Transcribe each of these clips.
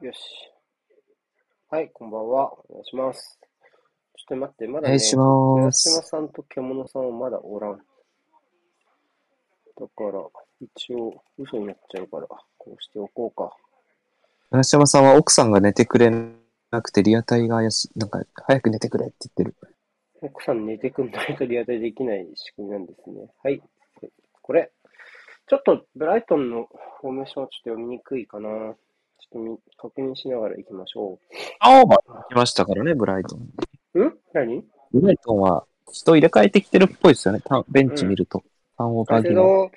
よし。はい、こんばんは。お願いします。ちょっと待って、まおだ願ね、いしま寺す島。さんと獣さんはまだおらん。だから、一応、嘘になっちゃうから、こうしておこうか。長島さんは奥さんが寝てくれなくて、リアタイが怪しい。なんか、早く寝てくれって言ってる。奥さん寝てくんないとリアタイできない仕組みなんですね。はい。これ、ちょっとブライトンのフォーメーションはちょっと読みにくいかな。ちょっとみ確認しながら行きましょ青葉来ましたからね、ブライトン。う。ん何ブライトンは人入れ替えてきてるっぽいですよね。タンベンチ見ると。ターンオーバー風ギの。の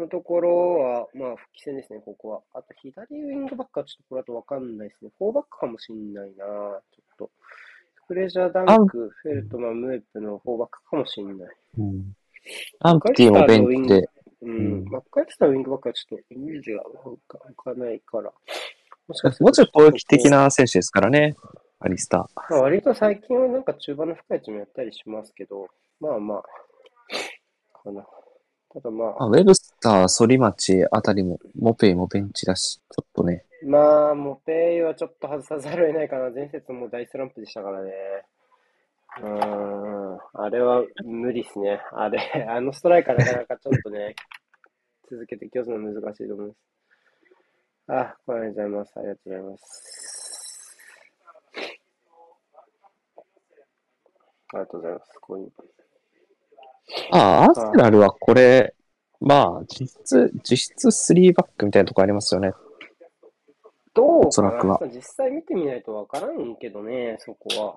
のところは、まあ、復帰戦ですね、ここは。あと、左ウィングバックはちょっとこれだとわかんないですね。フォーバックかもしんないな、ちょっと。クレジャー、ダンク、フェルトマン、ムープのフォーバックかもしんない。うんアンプティもベンチで。うん。うんマッカイスターのウィングバックはちょっとイメージが浮か浮かないから。もしかするもうちょい攻撃的な選手ですからね、アリスター。まあ、割と最近はなんか中盤の深い位置もやったりしますけど、まあまあ、かな。ただまああ、ウェブスター、ソリマチあたりも、モペイもベンチだし、ちょっとね。まあ、モペイはちょっと外さざるを得ないかな。前節も大スランプでしたからね。うーん、あれは無理ですね。あれ、あのストライカーなかなかちょっとね、続けて強するの難しいと思います。あ、おはようございます。ありがとうございます。ありがとうございます。こういう。ああ、アーセナルはこれ、まあ、実質、実質3バックみたいなとこありますよね。どうおそからなくは実際見てみないとわからんけどね、そこは。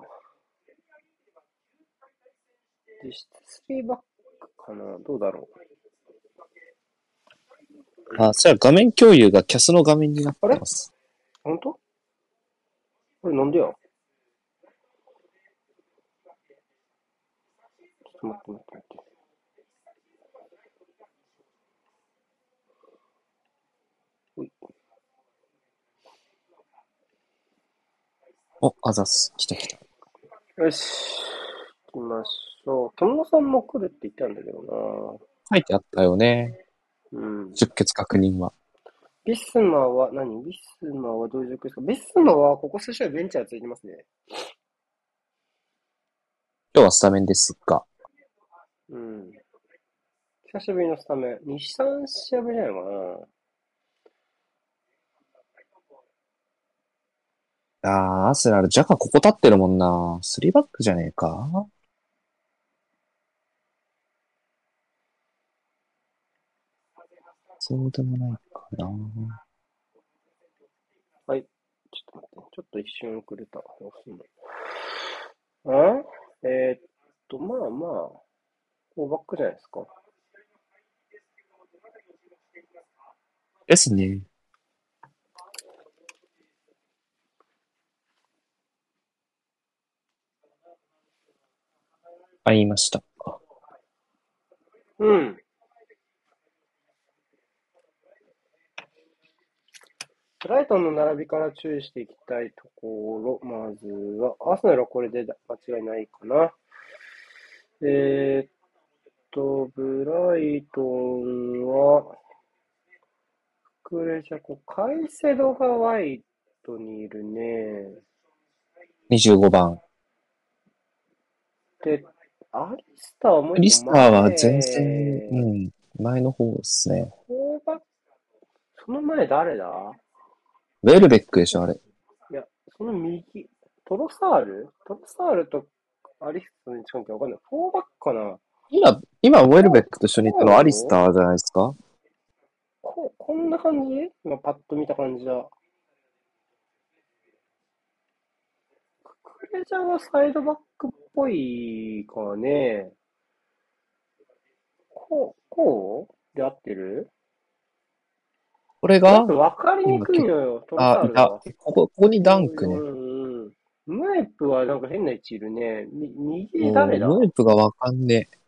実質3バックかなどうだろあ、じゃあ画面共有がキャスの画面になってます。う本当これなんでやちょっと待って待って待って。おいお、あざっす。来た来た。よし。行きましょう。友野さんも来るって言ったんだけど書いてあったよね。なうん。出血確認は。ビスマは何、ビスマはどういう状況ですかビスマはここ数試合ベンチャーついてますね。今日はスタメンですが。うん。久しぶりのスタメン。2、3試合ぶりなのかああ、アーセナル、ジャカここ立ってるもんな。3バックじゃねえか。そうでもないかな。なはい。ちょっと待って。ちょっと一瞬遅れた。どうすんのええーっと、まあまあ、フォーバックじゃないですか。ですね。あ、言いました。うん。ブライトンの並びから注意していきたいところ、まずは、アーセナルはこれで間違いないかな。えーっと、ブライトンは、クレジャコ、カイセドがワイドにいるね。 25番。で、アリスターはもう一個リスターは前前線、うん、前の方ですね。フォーバックその前誰だウェルベックでしょ、あれ。いや、その右、トロサールトロサールとアリストに近いかわかんない。フォーバックかな今、今、ウェルベックと一緒に行ったのはアリスターじゃないですかここんな感じ今パッと見た感じだ。クレジャーはサイドバックっぽいかね。こう、こうで合ってるこれながんか、分かりにくいのよ、トロサあ、ーいルたが。。ここ、ここにダンクねう。んうん。ムエプはなんか変な位置いるね。み右誰だもう、ループがわかんねえ。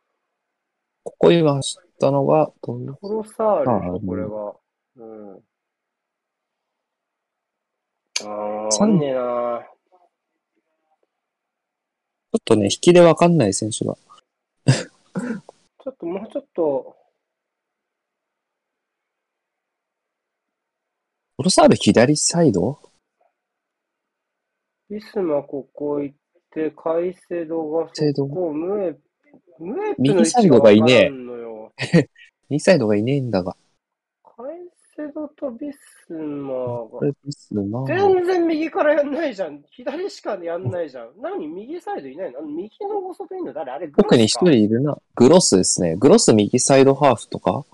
ここ今走ったのが、どんトロサールあであしょ、これは。うん。ああ、わさかんんねえな。ちょっとね、引きでわかんない選手が。ちょっともうちょっと、トロサール左サイドビスマここ行って、カイセドがセドそこ、ムエ、ムエップの右位サ置イがドわがいねえからんのよ。右サイドがいねえんだが。カイセドとビスマこが、れビスマ全然右からやんないじゃん。左しかやんないじゃん。何右サイドいないのあの右のご外いんの誰あれグロ特にス一か人いるな。グロスですね。グロス右サイドハーフとか。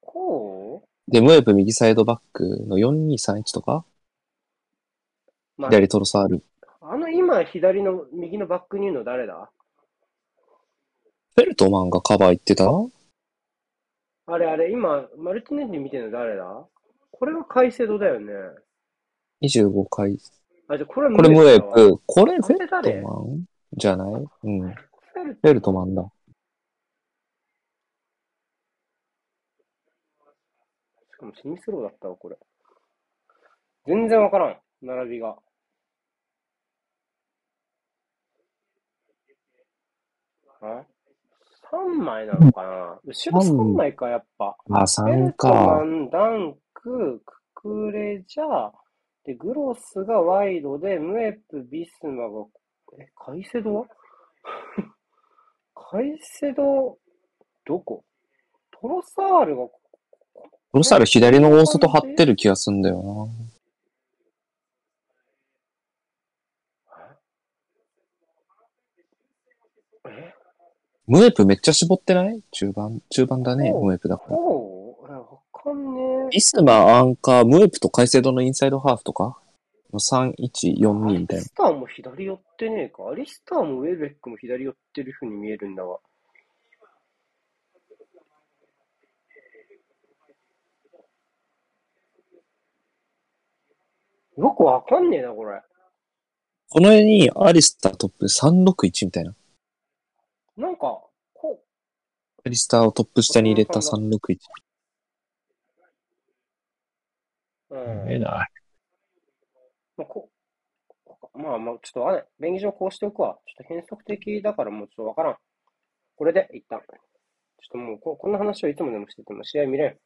こで、ムエプ右サイドバックの4231とか。う、まあ、左トロサール。あの今左の右のバックにいるの誰だフェルトマンがカバー行ってたあれあれ、今、マルティネッリ見てるの誰だこれがカイセドだよね。 25回。あ、じゃあこれこれムエエップだわプ。これフェルあれト誰マンじゃないうん。フフェルェルトマンだ。しかもセミスローだったわ、これ。全然わからん、並びが。あ ?3 枚なのかな後ろ3枚か、やっぱ。ベあ、3ルトマか。ン、ダンク、ククレジャー、で、グロスがワイドで、ムエプ、ビスマが、え、カイセドはカイセド、どこトロサールが、トロサール左の大外張ってる気がすんだよえな。ムエプめっちゃ絞ってない中盤、中盤だね、おうムエプだから。こうえ、わかんねえ。ビスマ、アンカー、ムエプとカイセドのインサイドハーフとかの3142みたアリいな。スターも左寄ってねえか。アリスターもウェベックも左寄ってる風に見えるんだわ。よくわかんねえな、これ。この絵にアリスタートップ361みたいな。なんか、こアリスターをトップ下に入れた361。う、うん。えない。まあ、こまあ、まあ、ちょっとあれ、便宜上こうしておくわ。ちょっと変則的だからもうちょっとわからん。これで、一旦。ちょっともうこ、こんな話をいつもでもしてても試合見れん。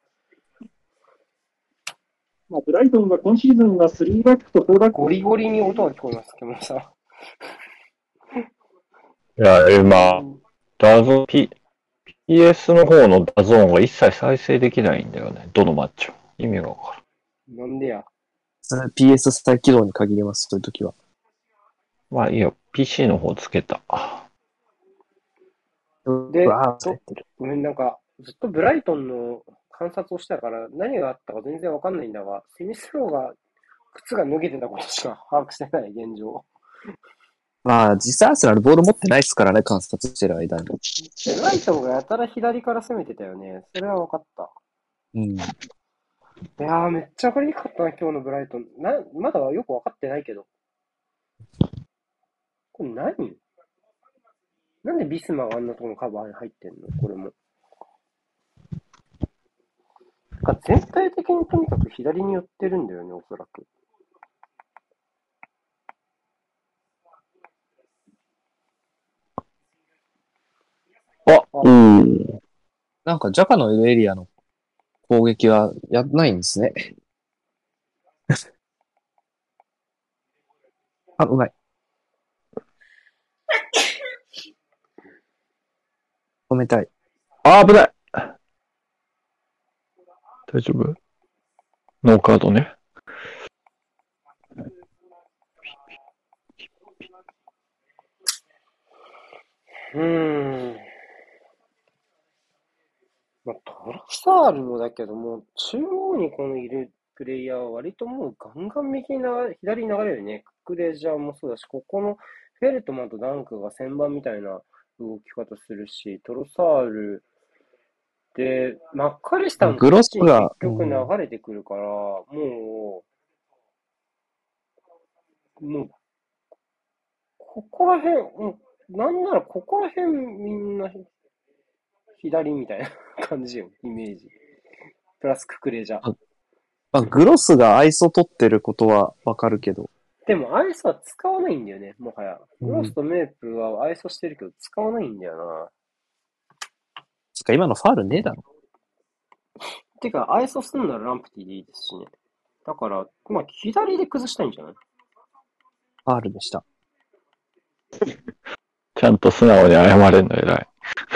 まあ、ブライトンは今シーズンは3バックと4バックゴリゴリに音が聞こえます、けどさ。いや、えまあ、ダゾン、P、PS の方のダゾーンが一切再生できないんだよね。どのマッチも。意味がわか なんでや。 PS 再起動に限ります、そういう時は。る。まあいいよ、PC の方つけた。でうわそうごめん、なんか、ずっとブライトンの観察をしたから、何があったか全然わかんないんだが、セミスローが、靴が脱げてたことしか把握してない、現状。まあ、実際アーセナルボール持ってないですからね、観察してる間に。ブライトンがやたら左から攻めてたよね。それは分かった。うん。いやー、めっちゃ分かりにくかったな、今日のブライトン。な、まだよく分かってないけど。これ何なんでビスマがあんなところのカバーに入ってんのこれも。なんか全体的にとにかく左に寄ってるんだよね、おそらく。あ、うん。なんか、ジャカのいるエリアの攻撃はやんないんですね。 あ、うまい。止めたい。あ、危ない大丈夫ノーカードね。うーん。まあ、トロサールもだけども、中央にこのいるプレイヤーは割ともうガンガン右に流れ左に流れるよね。ククレジャーもそうだし、ここのフェルトマンとダンクが旋盤みたいな動き方するし、トロサールで、マッカリスターもグロスがこっちに結局流れてくるから、もう、もう、ここら辺、もう、なんならここら辺みんな左みたいな感じよ、イメージ。プラスククレジャー。まあ、グロスがアイソ取ってることはわかるけど。でも、アイスは使わないんだよね、もはや。うんグロスとメープはアイソしてるけど、使わないんだよな。つか、今のファールねえだろ。てか、アイソすんならランプティでいいですしね。だから、まあ、左で崩したいんじゃないパールでした。ちゃんと素直に謝れんの偉い。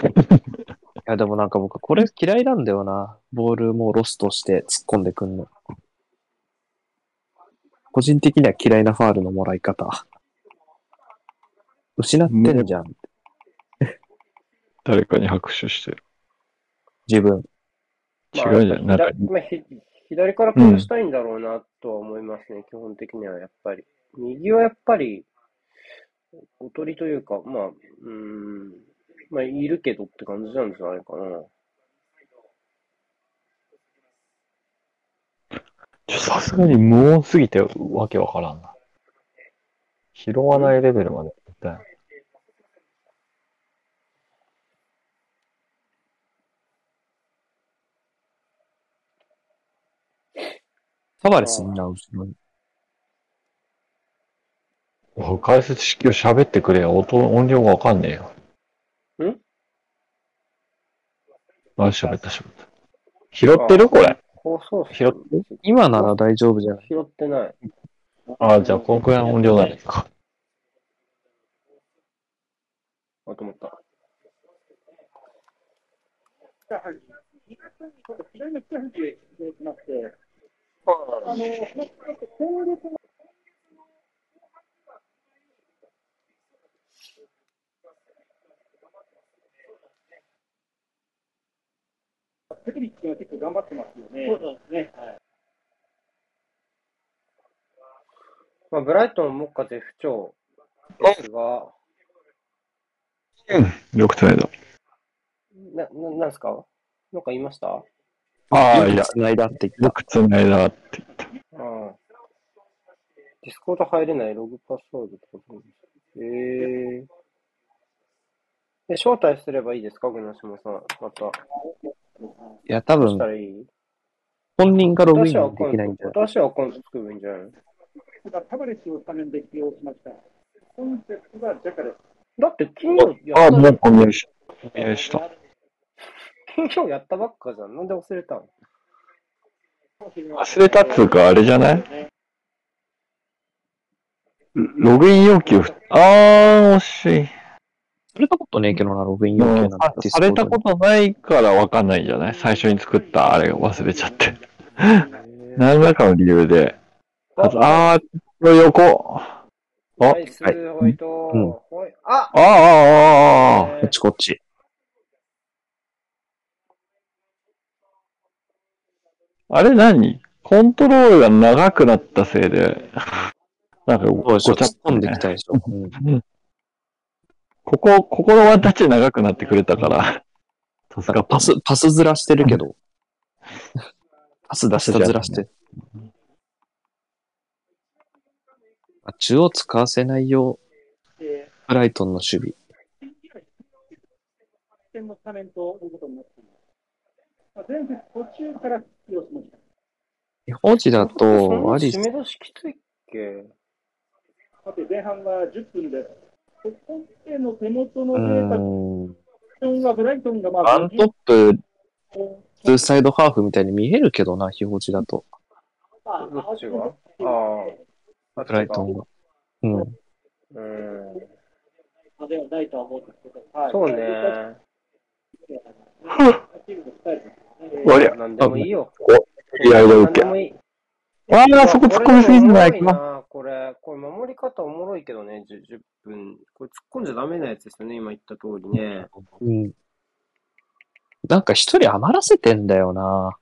いや、でもなんか僕、これ嫌いなんだよな。ボールもうロストして突っ込んでくんの。個人的には嫌いなファールのもらい方。失ってんじゃん、誰かに拍手してる。自分。違まあうじゃん。なんか左、まあひ左から崩したいんだろうなとは思いますね、基本的にはやっぱり。右はやっぱり、おとりというか、まあ、うーん、まあ、いるけどって感じなんじゃないかな。ちょさすがに無音すぎてわけわからんな。拾わないレベルまで行ったよ。タバレスにな、後ろに。おい解説式を喋ってくれよ。音、音量がわかんねえよ。んあ、喋った喋った。拾ってるこれ。放送拾っ今なら大丈夫じゃない拾ってない。あ、じゃあ、このくらいの音量なんですか。あ、と思った。テクニックが結構頑張ってますよね。そうですね。まあ、ブライトンもっか絶不調ですが、よくつないだ。な、な、なんすかなんか言いましたあああ、いや、繋いだって言よっくつないだって。あ。ディスコード入れないログパスワードってことなんですええ。え、招待すればいいですか、グナシモさん。また。た。いや、多どうし分た、らいい本人がログイ私ンはアカでウきないんンじゃないト、私はアカウント作ればいいんじゃないのタブレットをスタメンで起用しました。コンセプトがジャカです。だって金曜やああ、ったもうコミュニシコミュニシと。金曜やったばっかじゃん。なんで忘れたの忘れたっつうか、あれじゃないロログイン要求。ああ、惜しい。されたことねえけどな、ログイン要求なんもてうあ。されたことないからわかんないんじゃない最初に作ったあれを忘れちゃって。何らかの理由で。あとあー、これ横。あ、あナイス、ホワイト、うんホワイああ、ああ、こああ。っちこっち。あれ何コントロールが長くなったせいで、なんかそうごでしちょ、ゃっ突っと込んでねきたでしょ。うんここ、ここのワンタッチで長くなってくれたから、なさすんかがパス、パスずらしてるけど。 パス出したずらして。あ中央使わせないよう、ブライトンの守備。点のスタメンということになっています。前節途中から起用しました。日本一だと、アリそスんな締め出しきついっけさて、前半は10分です。ここでの手元のうデータポーん、ジションはブライトンがまあ、ワントップ、こツーサイドハーフみたいに見えるけどな、日本一だと、どっちがああ。ブライトンが。うん。うん。まではないとは思うんですけど、はい、そうね。割りなんでもいいよ。いやいやなん受でけ。もいい。ああ、そこ突っ込みすぎじゃないこれでもおもろか。なこれ、これ守り方おもろいけどね、10, 10分。これ突っ込んじゃダメなやつですよね、今言った通りね。うん。なんか一人余らせてんだよな。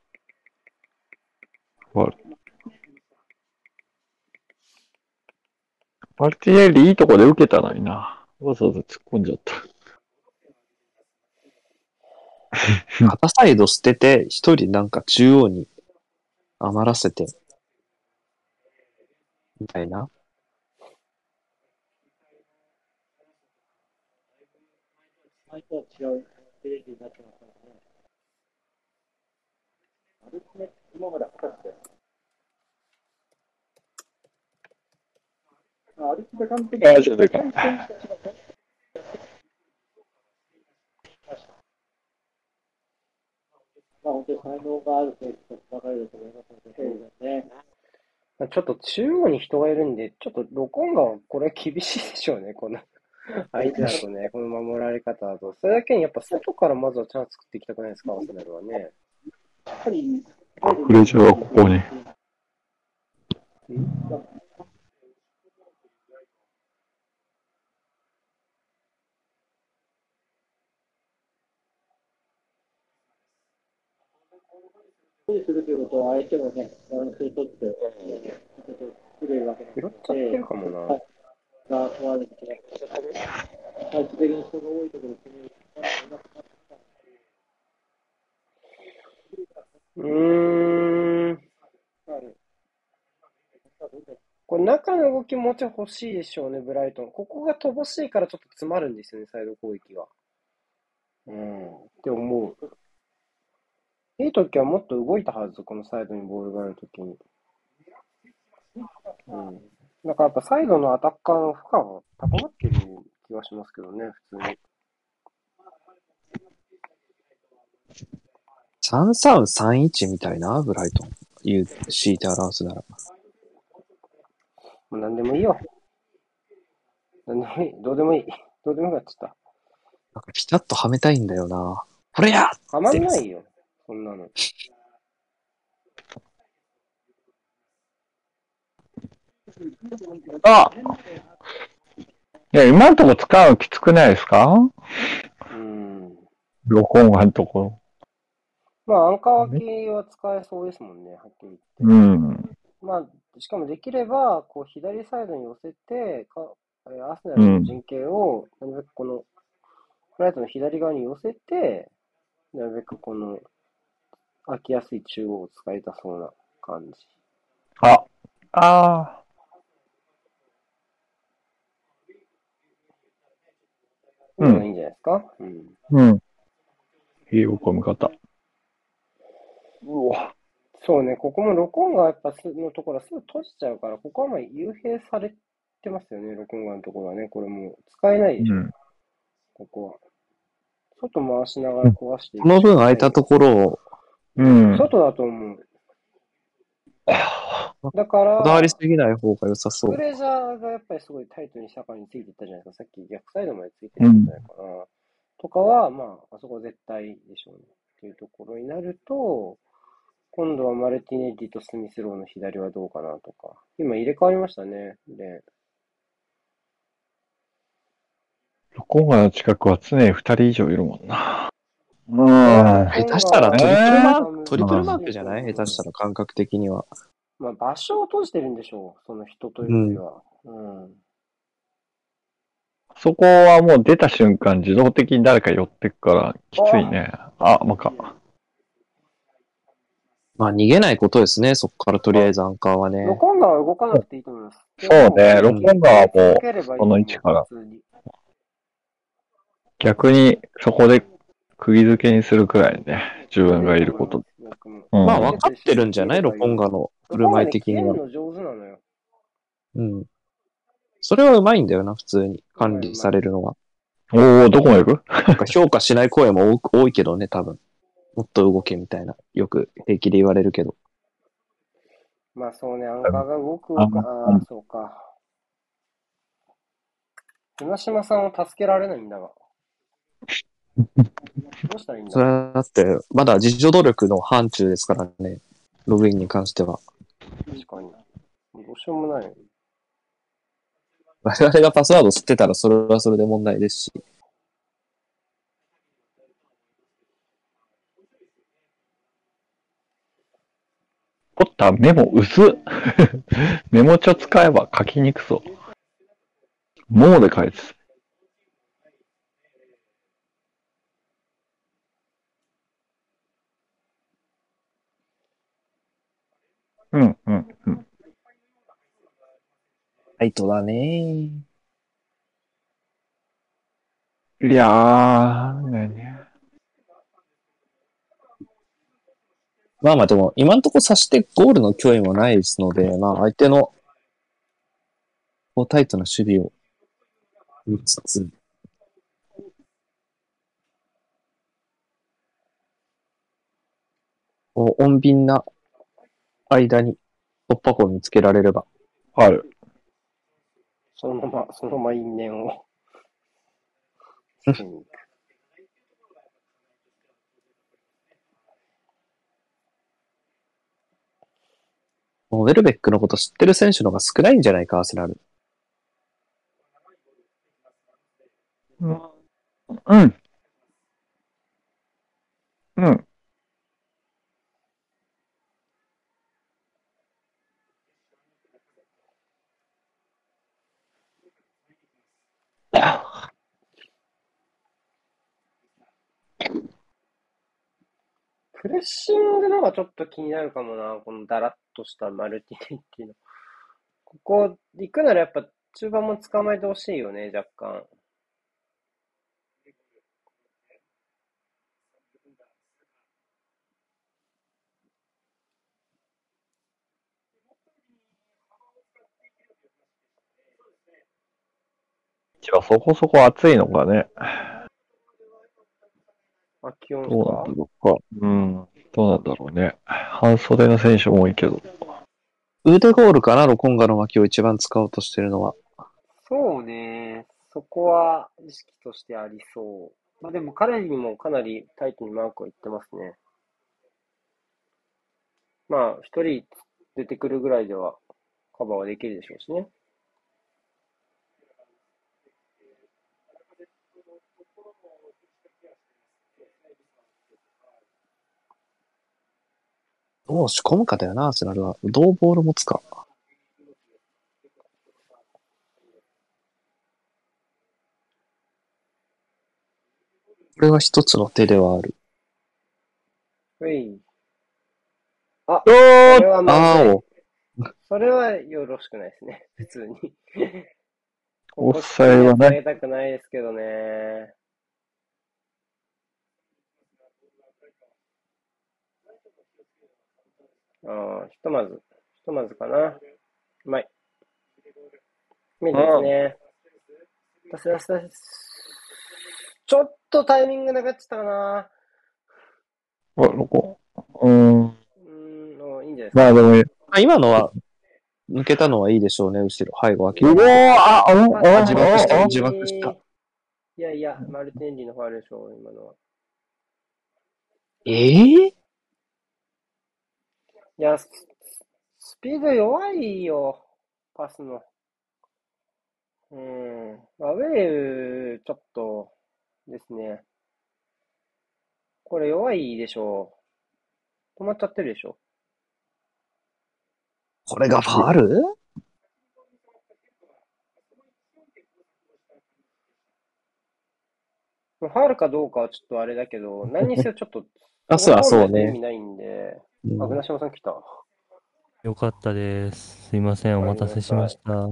マルティエリいいとこで受けたのにな。わざわざ突っ込んじゃった。片サイド捨てて、一人なんか中央に余らせて、みたいな。前とは違うテレビになってますからね。アルティメット今まで二十歳です。まあアルティメ監督あちょっと待ってまあ、本当に才能がある選手とばかりだと思いますので、そうですね。ちょっと中央に人がいるんで、ちょっと録音がこれは厳しいでしょうね、この 相手だとね、この守られ方だと。それだけにやっぱ外からまずはチャンス作っていきたくないですか、アーセナルはね。やっぱり、あクレジャーはここに。プレーするということは、相手もね、バランスを取って、くれるわけな拾っちゃってるかもな。が問われてきます。配置的に人が多いところ決めるうーん。これ中の動きもうちょい欲しいでしょうね、ブライトン。ここが乏しいからちょっと詰まるんですよね、サイド攻撃は。うん。って思う。いい時はもっと動いたはず、このサイドにボールがある時に。うん。だからやっぱサイドのアタッカーの負荷は高まってる気がしますけどね、普通に。 3331みたいな、ブライトン。言う、強いて表すなら。もう何でもいいよ。何でもいい。どうでもいい。どうでもよかっちゃっなんかピタッとはめたいんだよな。これやた。はまんないよ。そんなの。あいや、今のとこ使うのきつくないですかうん。録音があるとこまあ、アンカー脇は使えそうですもんね、はっきり言って。ろ。うん。まあ、しかもできれば、こう、左サイドに寄せて、かえーアーセナルの陣形を、なるべくこの、フライトの左側に寄せて、なるべくこの、空きやすい中央を使いたそうな感じ。あ、あうんいいんじゃないですかうん。ーうん。いい横見方。うわ。そうね、ここも録音がやっぱすのところはすぐ閉じちゃうから、ここはまあ幽閉されてますよね、録音がのところはね。これもう使えないうでしょ、ん。ここは。外回しながら壊していこの分空いたところを、うん。外だと思う。だかこだわら、りすぎない方が良さそクう。レジャーがやっぱりすごいタイトに下からについていったじゃないですか。さっき逆サイドまでついていったんじゃないかな。とかは、まあ、あそこは絶対でしょうね。っていうところになると、今度はマルティネッリとスミスローの左はどうかなとか。今入れ替わりましたね。で、録音がの近くは常に二人以上いるもんな。うん。下手したらトリプルマーク、えートリプルマークじゃない下手したら感覚的には。まあ、場所を閉じてるんでしょう。その人というよりは。うん。そこはもう出た瞬間自動的に誰か寄ってくからきついね。あ、まか。まあ逃げないことですね、そこからとりあえずアンカーはね。ロコンガは動かなくていいと思います。そうね、ロロココンンガガはもうこの位置から。逆にそこで釘付けにするくらいね、自分がいること。。うんまあ分かってるんじゃないロコンガの振る舞い的にロはコン。ガね切れるの上手なのよ。うん。それはうまいんだよな、普通に。管理されるのが。おー、どこまで行くなんか評価しない声も多く多いけどね、多分。もっと動けみたいな。よく平気で言われるけど。まあそうね、アンカーが動くあか、あーそうか。今島さんを助けられないん だが。どうしたらいいんだそれはだって、まだ実助努力の範疇ですからね。ログインに関しては。 確かに。どうしようもないよね。我々がパスワード知ってたらそれはそれで問題ですし。取ったメモ薄っ メモ帳使えば書きにくそう。もうで書いてたうん、うん、うん。タイトだね。いやー、ね、まあまあでも、今のところ察してゴールの脅威もないですので、まあ相手の、こうタイトな守備を見つつ、こう、穏便な間に突破口見つけられれば。ある。そのまま、そのまま因縁を。もうウェルベックのこと知ってる選手の方が少ないんじゃないか、アーセナル。うん。うん。プレッシングのがちょっと気になるかもな、このだらっとしたマルティネッティの。ここ、行くならやっぱ中盤も捕まえてほしいよね、若干。じゃあそこそこ暑いのかね。あ、気温どうなかん。だろうか。うん。どうなんだろうね。半袖の選手も多いけど。腕ゴールかな、ロコンガの脇を一番使おうとしてるのは。そうね。そこは意識としてありそう。まあでも彼にもかなりタイトにマークはいってますね。まあ、一人出てくるぐらいではカバーはできるでしょうしね。どう仕込むかだよな、アーセナルは。どうボール持つか。これは一つの手ではある。うい。おそーれはまずいあお。それはよろしくないですね。 普通に。オフサイドは投ないげたくないですけどね。ああ、ひとまず、ひとまずかな。うまい。うまいですね。出せ出せ出せ。ちょっとタイミングなかっちゃったかな。あ、どこうん。うーん、もういいんじゃないですか。まあでも、あ今のは、抜けたのはいいでしょうね、後ろ。背後、明うおらかーに。あ、あ、あ、あ、あ、自爆してあ、自爆したいやいや、マルティンリのファウルでしょう、今のは。ええいや、ススピード弱いよ、パスの。うん。まあ、ウェル、ちょっと、ですね。これ弱いでしょう。止まっちゃってるでしょ。これがファールファウルかどうかはちょっとあれだけど、何にせよちょっ と、あ、そうだ、そこそのうゴールやつ意ね味。ないんで。うんあ、船島さん来た。よかったです。すいません、お待たせしました。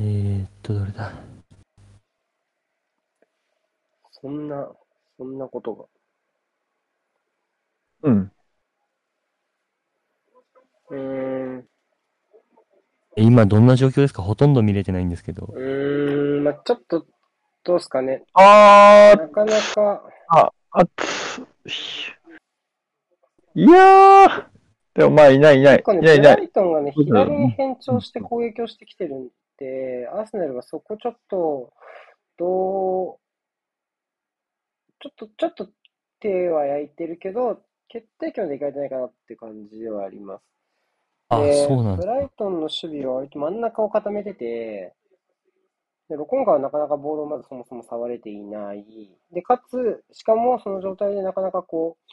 えーっと、どれだそんな、そんなことが。うん。うーん。今どんな状況ですかほとんど見れてないんですけど。うーん、まあ、ちょっと、どうっすかね。あーなかなか、あつ。いやー。でもまあ、いないいない結。構ね、いないいブなラい。イトンがね、うん左に変調して攻撃をしてきてるんで、アーセナルがそこちょっと、どう、ちょっと、ちょっと手は焼いてるけど、決定機はでかれてないかなって感じではあります。あ、でそうなんブだ。ライトンの守備は割と真ん中を固めてて、でロコンガはなかなかボールをまずそもそも触れていない。で、かつ、しかもその状態でなかなかこう、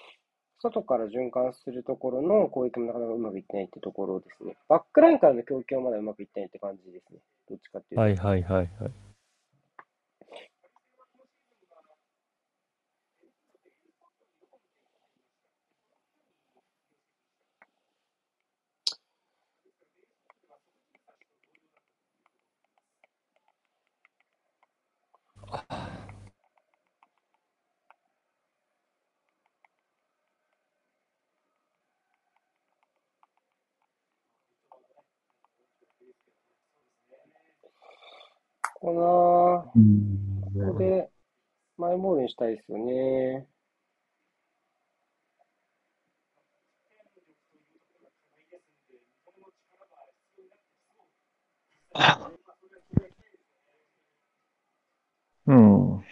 外から循環するところの攻撃もなかなかうまくいってないってところですね。バックラインからの供給はまだうまくいってないって感じですね。どっちかっていうと。はいはいはいはい。ここなぁここで、マイボールにしたいですよね。うん。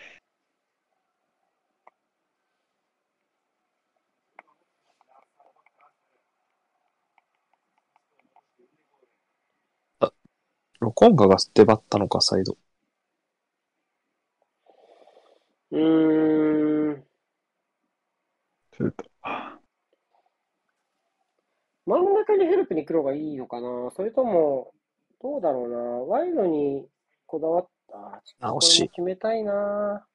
ロコンガが出張ったのか、サイド。うーん。それと真ん中にヘルプに黒がいいのかなそれとも、どうだろうなワイドにこだわった。あこ惜しいれも決めたいな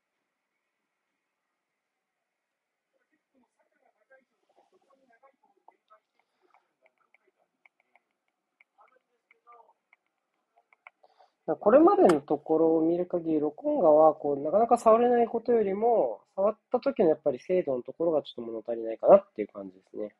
これまでのところを見る限り、ロコンガはこうなかなか触れないことよりも、触った時のやっぱり精度のところがちょっと物足りないかなっていう感じですね。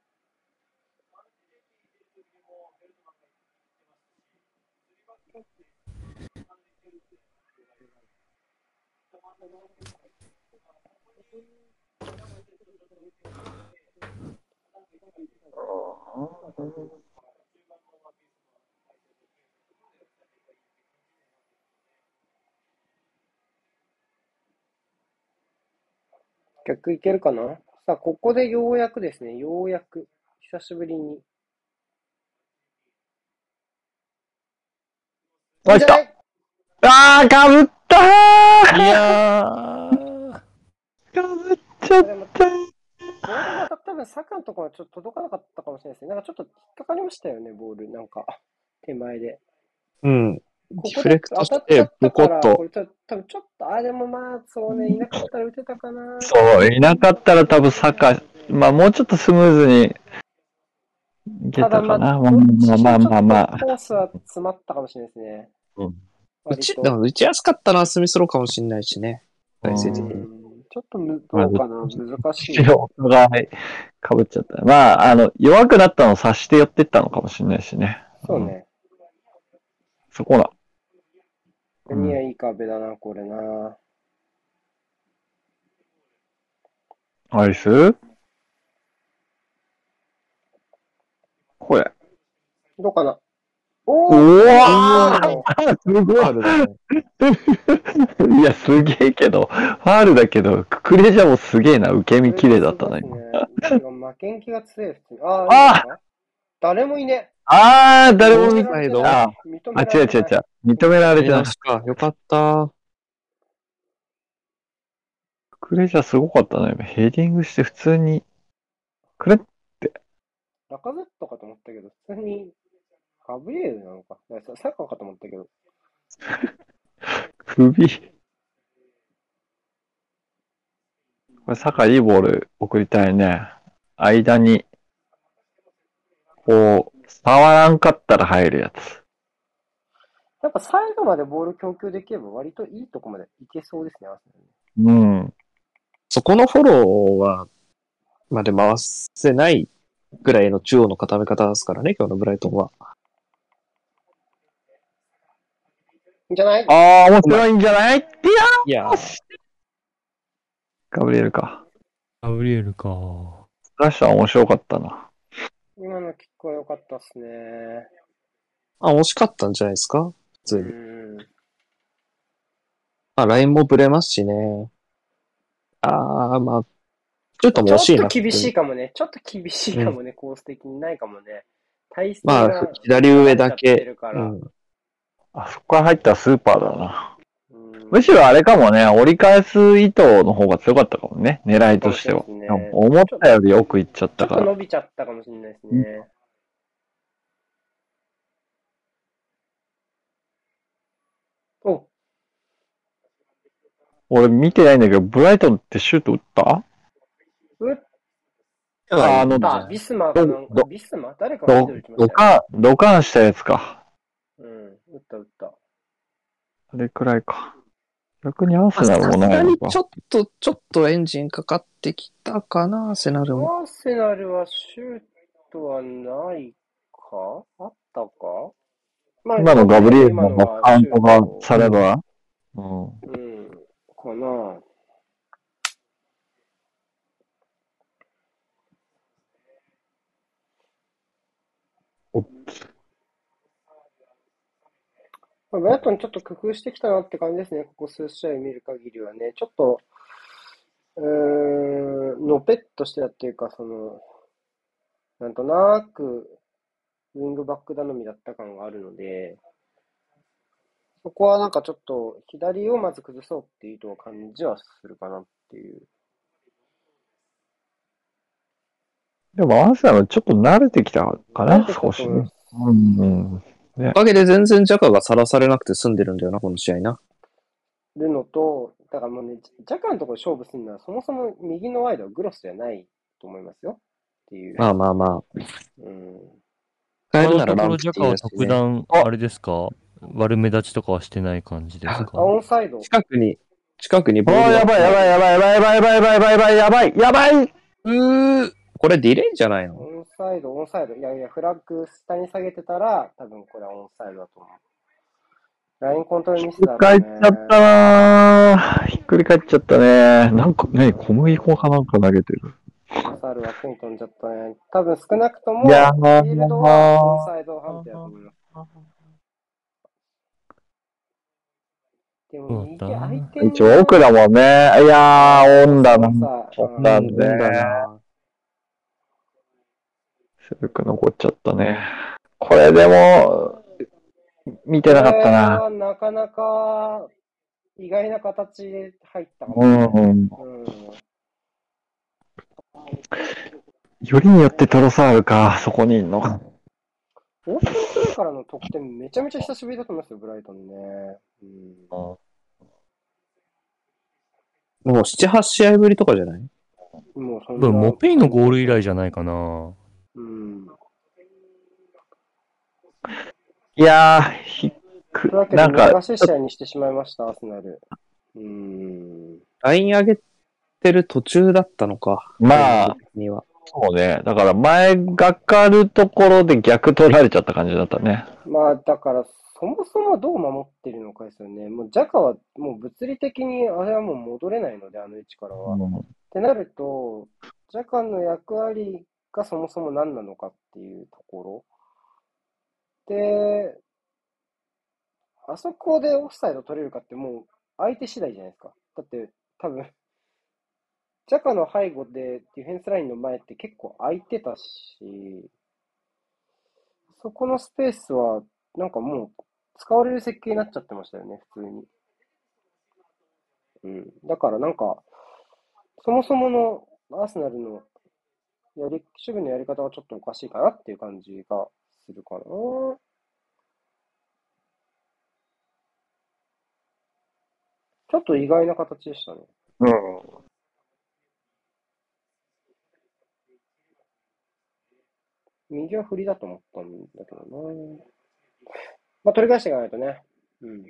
逆いけるかなさあ、ここでようやくですね、ようやく、久しぶりに。あ、来たあー、かぶったーいやー、かぶっちゃこっれもボたールが多分、サッカーのところはちょっと届かなかったかもしれないですね。なんかちょっと引っかかりましたよね、ボール。なんか、手前で。うん。ここディでフレクト当したっちゃてっ、たボコかッら、とこ。れちょ多分ちょっと、あ、でもまあ、そうね、いなかったら打てたかな。そう、いなかったら多分サッカー、まあもうちょっとスムーズにいけたかな。まあまあまあまあまあコ。ースは詰まったかもしれないですね。うん打割ち、とでも打ちやすかったな、スミスローかもしんないしね。うん体勢う的に。んちょっとむ、どうかな、難しい。 がかぶっちゃった。まあ、あの、弱くなったのを察して寄ってったのかもしれないしね。そうね。そこだ。うん何がいい壁だな、これな。アイスこれ。どうかなおうーわーーすごあるだね。いいや、すげえけど、ファールだけど、ククレジャもすげえな、受け身綺麗だったね。そうですね負けん気が強い、普通に。あああ、いいのか誰もいね。あー、誰も見認た。められてどうないあ、認あめられ違う違てないう違う。認められ出てな直かっしか。よかった。た。クレジャすごかったね。ヘディングして普通に、クレッ、ラカゼットかと思ったけど、普通にガブリエルなのか。いやササッカーかと思ったけど。首。これ、坂いいボール送りたいね。間に、こう、触らんかったら入るやつ。やっぱ最後までボール供給できれば割といいとこまでいけそうですね、アーセナルうん。そこのフォローは、まで回せないぐらいの中央の固め方ですからね、今日のブライトンは。いいんじゃないあー、面白いんじゃないいいややーガブリエルか。ガブリエルか。出したら面白かったな。今のキックは良かったっすね。あ、惜しかったんじゃないですか普う通に。ん。まあ、ラインもブレますしね。ああ、まあ、ちょっともう惜しちいょなっと厳しいかもね。ちょっと厳しいかもね、コース的にないかもね。体勢まあが左上だけ離れちゃってるからうん。あそこから入ったらスーパーだうな。んむしろあれかもね、折り返す意図の方が強かったかもね、狙いとしては。そうですね思ったよりよくいっちゃっちょたっかとら。伸びちゃったかもしれないですね。お、俺見てないんだけど、ブライトンってシュート打った打っあのた、ビスマかなんかどビスマ誰かがミドドル打ちましたドよ。カン、ドカンしたやつか。うん、打った打った。あれくらいか。逆に合わまあせさなすもながいのにかち。ょっと、ちょっとエンジンかかってきたかな、アーセナルも。アーセナルはシュートはないかあったかまあ今のガブリエル今ののはカウンシュトーがトされば、ううん。ん、かな。まあ、ブライトンちょっと工夫してきたなって感じですね、ここ数試合見る限りはね。ちょっと、うーん、のぺっとしてたっていうか、その、なんとなく、ウィングバック頼みだった感があるので、そこはなんかちょっと、左をまず崩そうっていう意図を感じはするかなっていう。でも、アンサーはちょっと慣れてきたか慣れな、てきたと少思いましねす。うん、うん。おかげで全然ジャカがさらされなくて済んでるんだよな、この試合な。るのと、だからもうね、ジジャカのところ勝負するのは、そもそも右のワイドはグロスじゃないと思いますよっていう。まあまあまあ。うん、変え今るのならとこランろプテジャィカーはだし特ね。段、ああれですか悪目立ちとかはしてない感じですかあ、オンサイド。近くに、近くにあボあ、ールがやばい、やばい、やばい、やばい、やばい、やばい、やばい、やばい、やばい、やばいうー、これディレイじゃないのオンサイド、オンサイド。いやいや、フラッグ下に下げてたら、多分これはオンサイドだと思う。ラインコントロールミスだろう返っねちゃったなーひっくり返っちゃったねなんかね、小麦粉かなんか投げてる。オンサイドが手に飛んじゃったね。多分少なくとも、いフやィーールドはオンサイド判定だと思います。でも、右手そうだな相手一応奥だもんね。いやー、オンだな。さオうンんだね。オンだな強く残っちゃったね。これでも、見てなかったな。これはなかなか意外な形で入ったかもうねん。うんよりによってトロサールか、そこにいんの。オープンプレーからの得点、めちゃめちゃ久しぶりだと思いますよ、ブライトンね。うん、もう7、8試合ぶりとかじゃないもうそ多ん分、なモペイのゴール以来じゃないかな。うん。いやー、ひっくというわ、けで、なんか難、しい試合にしてしまいました、アーセナル。うん。ライン上げてる途中だったのか。まあ、、には。そうね。だから前がかるところで逆取られちゃった感じだったね。まあ、だから、そもそもどう守ってるのかですよね。もう、ジャカは、もう物理的に、あれはもう戻れないので、あの位置からは。っうんてなると、ジャカの役割がそもそも何なのかっていうところ。で、あそこでオフサイド取れるかって、もう、相手次第じゃないですか。だって、多分、ジャカの背後でディフェンスラインの前って結構空いてたし、そこのスペースは、なんかもう、使われる設計になっちゃってましたよね、普通に。うん。だからなんか、そもそものアーセナルのやり、守備のやり方はちょっとおかしいかなっていう感じがするかな。ちょっと意外な形でしたね。右は振りだと思ったんだけどな。まあ、取り返していかないとね。うん。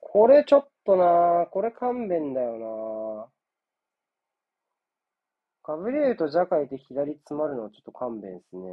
これちょっとな、これ勘弁だよな。ガブリエルとジャカイで左詰まるのはちょっと勘弁ですね。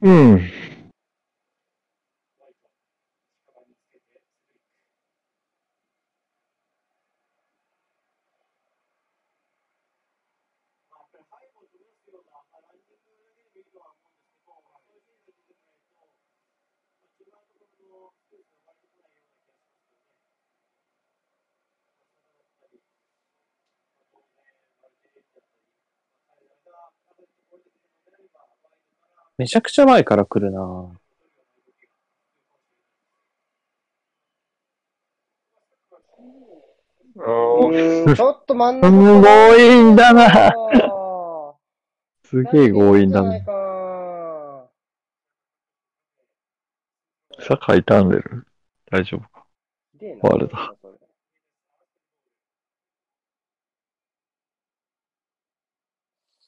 うん。めちゃくちゃ前から来るなうーん、ちょっと真んす中から。ごいんだあな。ーすげえ強引だなな。んかいいんじゃないかな坂傷んでる大丈夫か。でなファウルだ。それ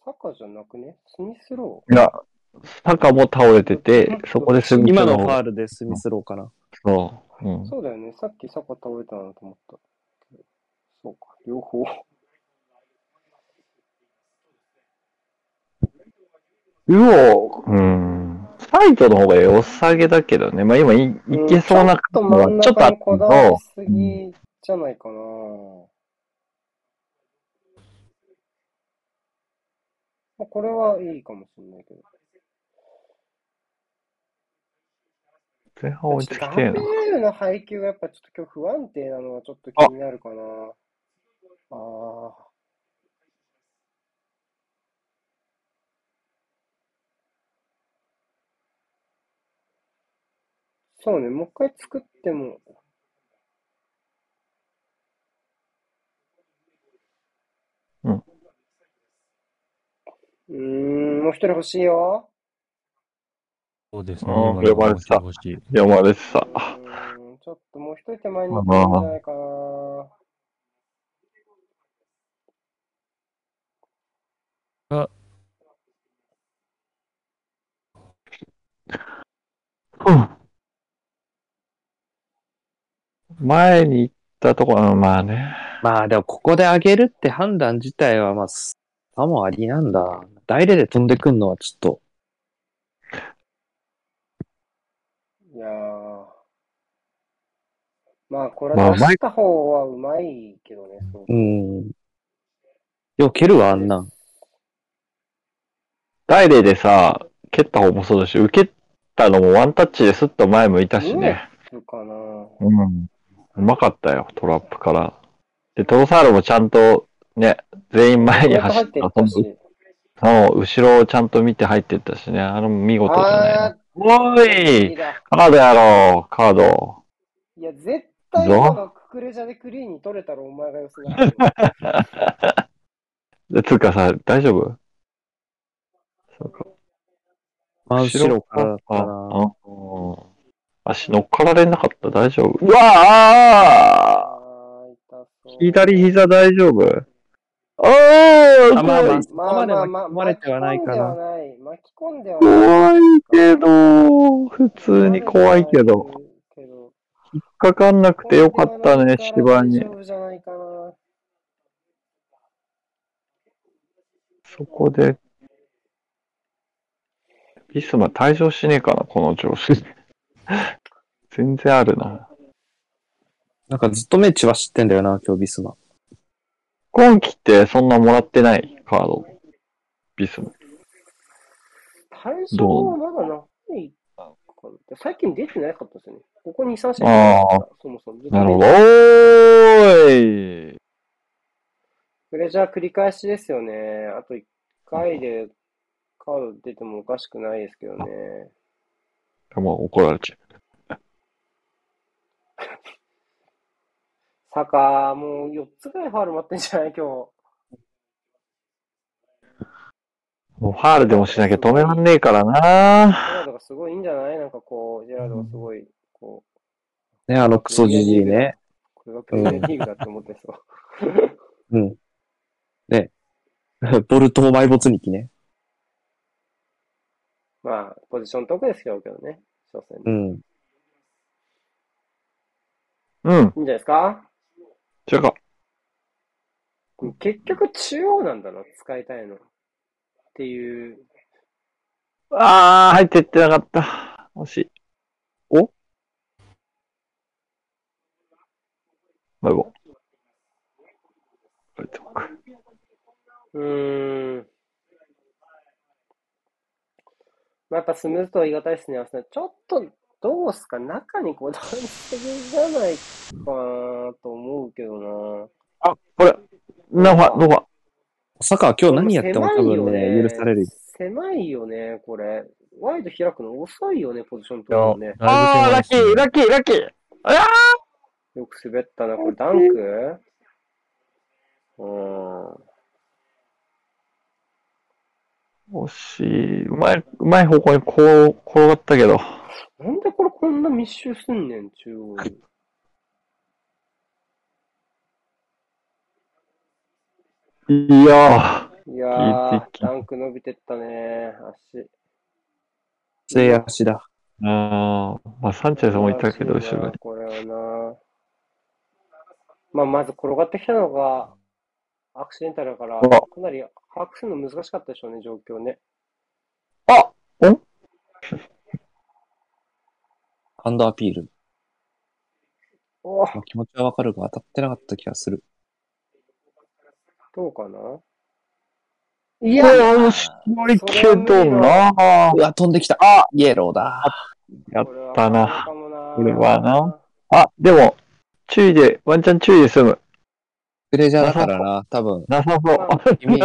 サカじゃなくねスミスロいや、坂も倒れてて、そこでスミス今ロのーファールでスミスローかな。そう。うんー。そうだよね。さっきサカ倒れたなと思った。そうか。両方。うお、うん。サイドの方が良さげだけどね。まあ今い、いけそうちなょっとの真んはちょっと中あっにたこけだわりど、すぎじゃないかな。まあこれはいいかもしれないけど。前半追いつきダてえメな。ーの配球がやっぱちょっと今日不安定なのはちょっと気になるかな。ああ。そうね、もう一回作っても。うんうーん、もう一人欲しいよ。そうですね。あ今ーの呼ばれてた欲しい。読まれてた。うーんちょっともう一人手前に行っていいんじゃないかな。うん。前に行ったところ、うんまあね。まあでもここで上げるって判断自体はまあ、さもありなんだ。代理で飛んでくんのはちょっと、いやー。まあ、これまあ出した方はうまいけどね。そううん。よ、蹴るわ、あんなん。大礼でさ、蹴った方もそうだし、受けたのもワンタッチですっと前向いたしね。どうかな。うん。うまかったよ、トラップから。で、トロサールもちゃんと、ね、全員前にちょっと走入っってたいっ。そたのし。そう、後ろをちゃんと見て入ってったしね。あの、見事じゃないあの。おーいいいだ。カードやろう、カード。いや、絶対今のククレジャでクリーンに取れたらお前が良すぎる。でつうかさ、大丈夫そうか真後ろからだったあな。うん足乗っかられなかった、大丈夫。うわああー、痛そう。左膝大丈夫おあまあまあーそこまで巻き込まれてはないかな。巻き込んではない。怖いけど、普通に怖いけど、けど。引っかかんなくてよかったね、芝大に丈。夫じゃないかな。そこで、ビスマ退場しねえかな、この調子。 全然あるな。なんかずっと目血走ってんだよな、今日ビスマ。今季ってそんなもらってないカード。ビスマ。対象はまだないかな。最近出てなかったですよね。ここ2、3試合あそもそも。なるほど。おーいプレジャー繰り返しですよね。あと1回でカード出てもおかしくないですけどね。もう怒られちゃサカもう4つぐらいファウル待ってんじゃない今日。う。もうファールでもしなきゃ止めらんねえからなジェラードがすごいいいんじゃないなんかこう、ジェラードがすごい、こう、ね、あのクソじじいね。これがプレミアリーグだって思ってそう。うん。ね。 ボルトも埋没日ね。 まあ、ポジション得ですけどね。所詮ういん。うん。いんじゃないですかじゃあか。結局中央なんだな、使いたいの。っていう。あー、入ってってなかった。惜しい。おバイバイ。入ってこいうーん。まあ、やっぱスムーズとは言い難いですね、アスナちょっと、どうすか中にこだわりすぎじゃないかなと思うけどな。あ、これ、ノファ、ノファ。サカは今日何やっても多狭いよ分ね、許される。。狭いよね、これ。ワイド開くの遅いよね、ポジションいや、取るのだいねぶ。狭いですねッキー、ラッキー。あよく滑ったな、これダンクうーん。惜しい。うまい、うまい方向にこう、転がったけど。なんでこれこんな密集すんねん、中央に。いいややいいー敵、ダンク伸びてったね、足。末足だ。ー、あーまあ、サンチェスもいたけど、後ろに。これはな。まあ、まず転がってきたのが、アクシデンタルだから、あかなり把握するの難しかったでしょうね、状況ね。ハンドアピール。おまあ、気持ちはわかるが当たってなかった気がする。どうかないいやや、あの、しおりけどなあうわ、飛んできた。あイエローだ。やったな。これはかもなこれはな。あ、でも、注意で、ワンチャン注意で済む。プレジャーだから な、多分。なさそう。君、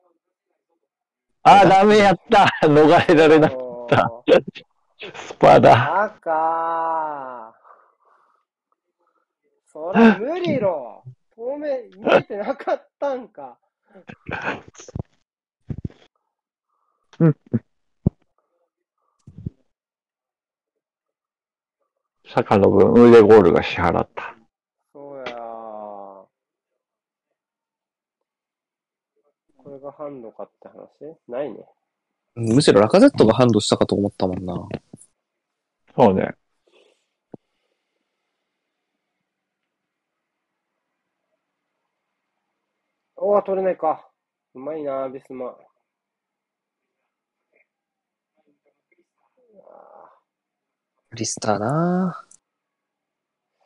あ、ダメやった。逃れられない。たスパだ。赤それ無理ろ透明、見えてなかったんか。坂の分、腕ゴールが支払った。そうやーこれがハンドかって話ないね。むしろラカゼットがハンドしたかと思ったもんな。そうね。おー、取れないか。うまいな、ビスマ。あリスターなーい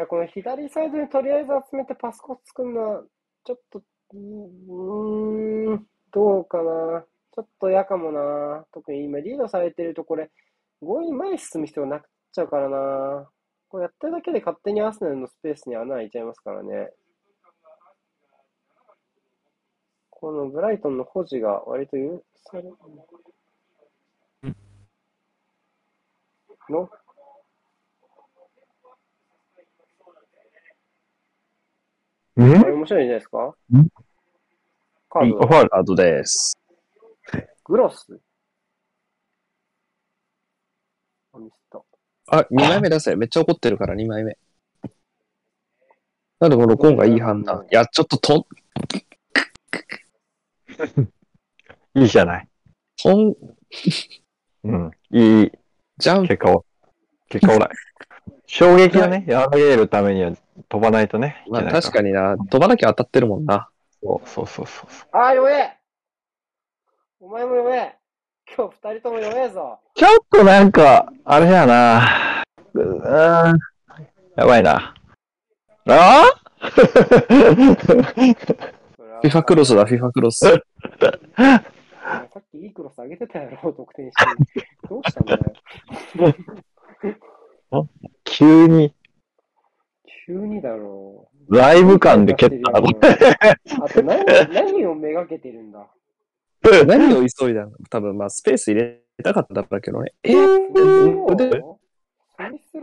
や、この左サイドにとりあえず集めてパスコース作るのは、ちょっと、うーん、どうかな。ちょっと嫌かもな。特に今リードされてると、これ、強引に前に進む必要なくなっちゃうからな。これやってるだけで勝手にアーセナルのスペースに穴開いちゃいますからね。このブライトンの保持が割と許されるのんこれ面白いんじゃないですかんカードファウル。あとです。グロスあミスった。あ、2枚目出せ。めっちゃ怒ってるから、2枚目。なんでこのコンがいい判断。いや、ちょっととん、いいじゃない。とん、うん。いい、ジャンプ。結果を。結果をらい。衝撃をね、和らげるためには飛ばないとね。いまけあない確かにな、飛ばなきゃ当たってるもんな。そうそうそうそうそう。あー、弱えお前も弱え今日二人とも弱えぞちょっとなんか、あれやな。うーん。やばいな。ああフィファクロスだ、フィファクロス。お前さっきいいクロス上げてたやろ、得点して。どうしたんだよ。 急に、急にだろう。ライブ感で蹴ったな、これ。あと何、何をめがけてるんだ何を急いだの多分、まあスペース入れたかったんだけどね。 えで腕踏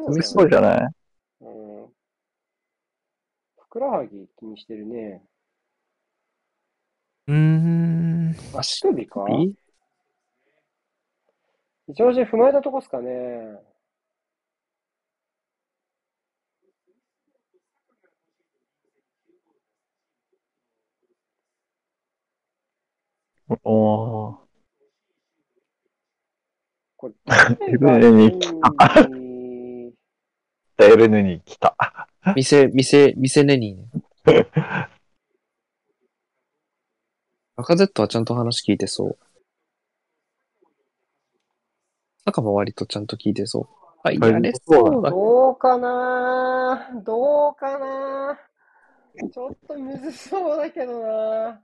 飛びそうじゃいないうん。ふくらはぎ気にしてるね。うーん。足首かい一応踏まえたとこっすかね。おー。これ、エルネに来た。た。エルヌに来た。見せ、見せ、見せねにね。 アカゼットはちゃんと話聞いてそう。中も割とちゃんと聞いてそう。はい、はいやれそうだ。どうかなどうかなちょっとむずそうだけどな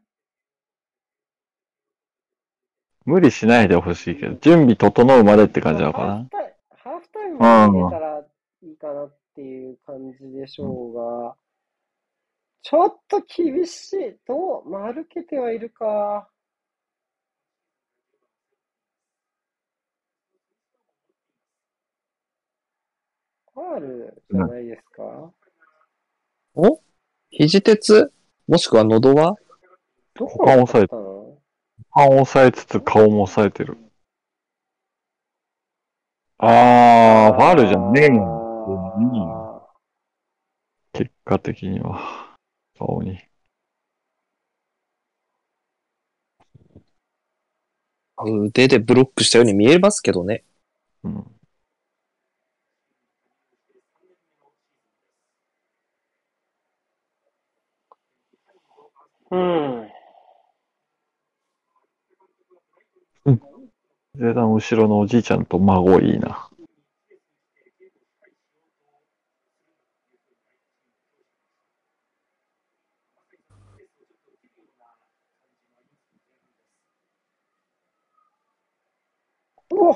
無理しないでほしいけど、準備整うまでって感じなのかハーなフ。タイハーフタイムまで入れたらいいかなっていう感じでしょうが、ちょっと厳しい。どうまあ歩けてはいるか。ファールじゃないですか、肘鉄もしくは喉はどこ股間押さえたの顔を押さえつつ顔も押さえてる。ああ、ファールじゃんねえあよ。ー結果的には。顔に。腕でブロックしたように見えますけどね。うん。うん。ゼダン後ろのおじいちゃんと孫いいな。お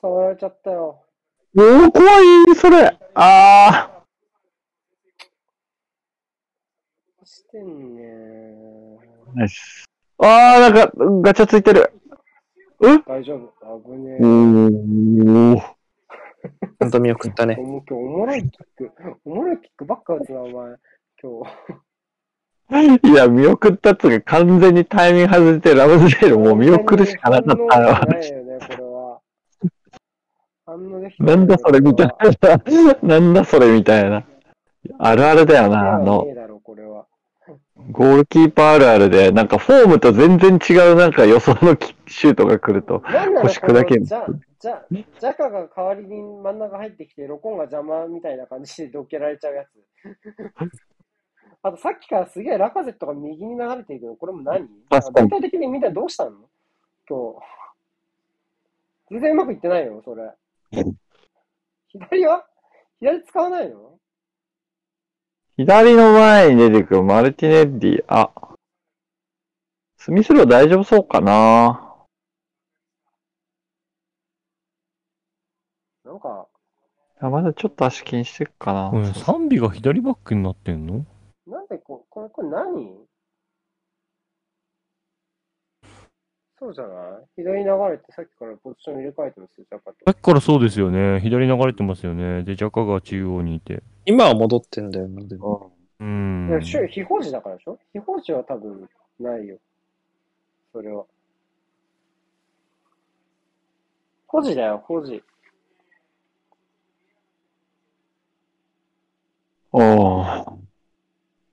触られちゃったよ。おお、怖い、それ。ああ。してんねナイス。ああ、なんか、ガチャついてる。大丈夫。危ねおお。ちゃんと見送ったえ。ね。もう今日おもろいキック。おもろいキックばっか打つな、お前。今日。いや、見送ったっつうか、完全にタイミング外れて、ラブゼルもう見送るしかなかった反応わ。がないよね、これは。反応できていなんだそれみたいな。なんだそれみたいな。あるあるだよな、ああの。のね、えだろ、これは。ゴールキーパーあるあるで、なんかフォームと全然違うなんか予想のキシュートが来ると。なんなら腰砕けんのじゃ、じゃ、ジャカが代わりに真ん中入ってきて、ロコンが邪魔みたいな感じでどけられちゃう やつ。あとさっきからすげえラカゼットが右に流れてるけど、これも何パスコ全ン体的にみんなどうしたの今日。全然うまくいってないよ、それ。左は左使わないの左の前に出てくるマルティネッリー。あ。スミスロー大丈夫そうかな。なんか、いやまだちょっと足気にしてるかな。これ、賛美が左バックになってんのなんでこ、これ、これ何そうじゃない左に流れてさっきからポジション入れ替えてますよ、ジャカと。さっきからそうですよね。左流れてますよね。で、ジャカが中央にいて。今は戻ってんだよな、でも。ういやん。しゅ非法時だからでしょ非法時は多分ないよ。それは。保持だよ、保持。おー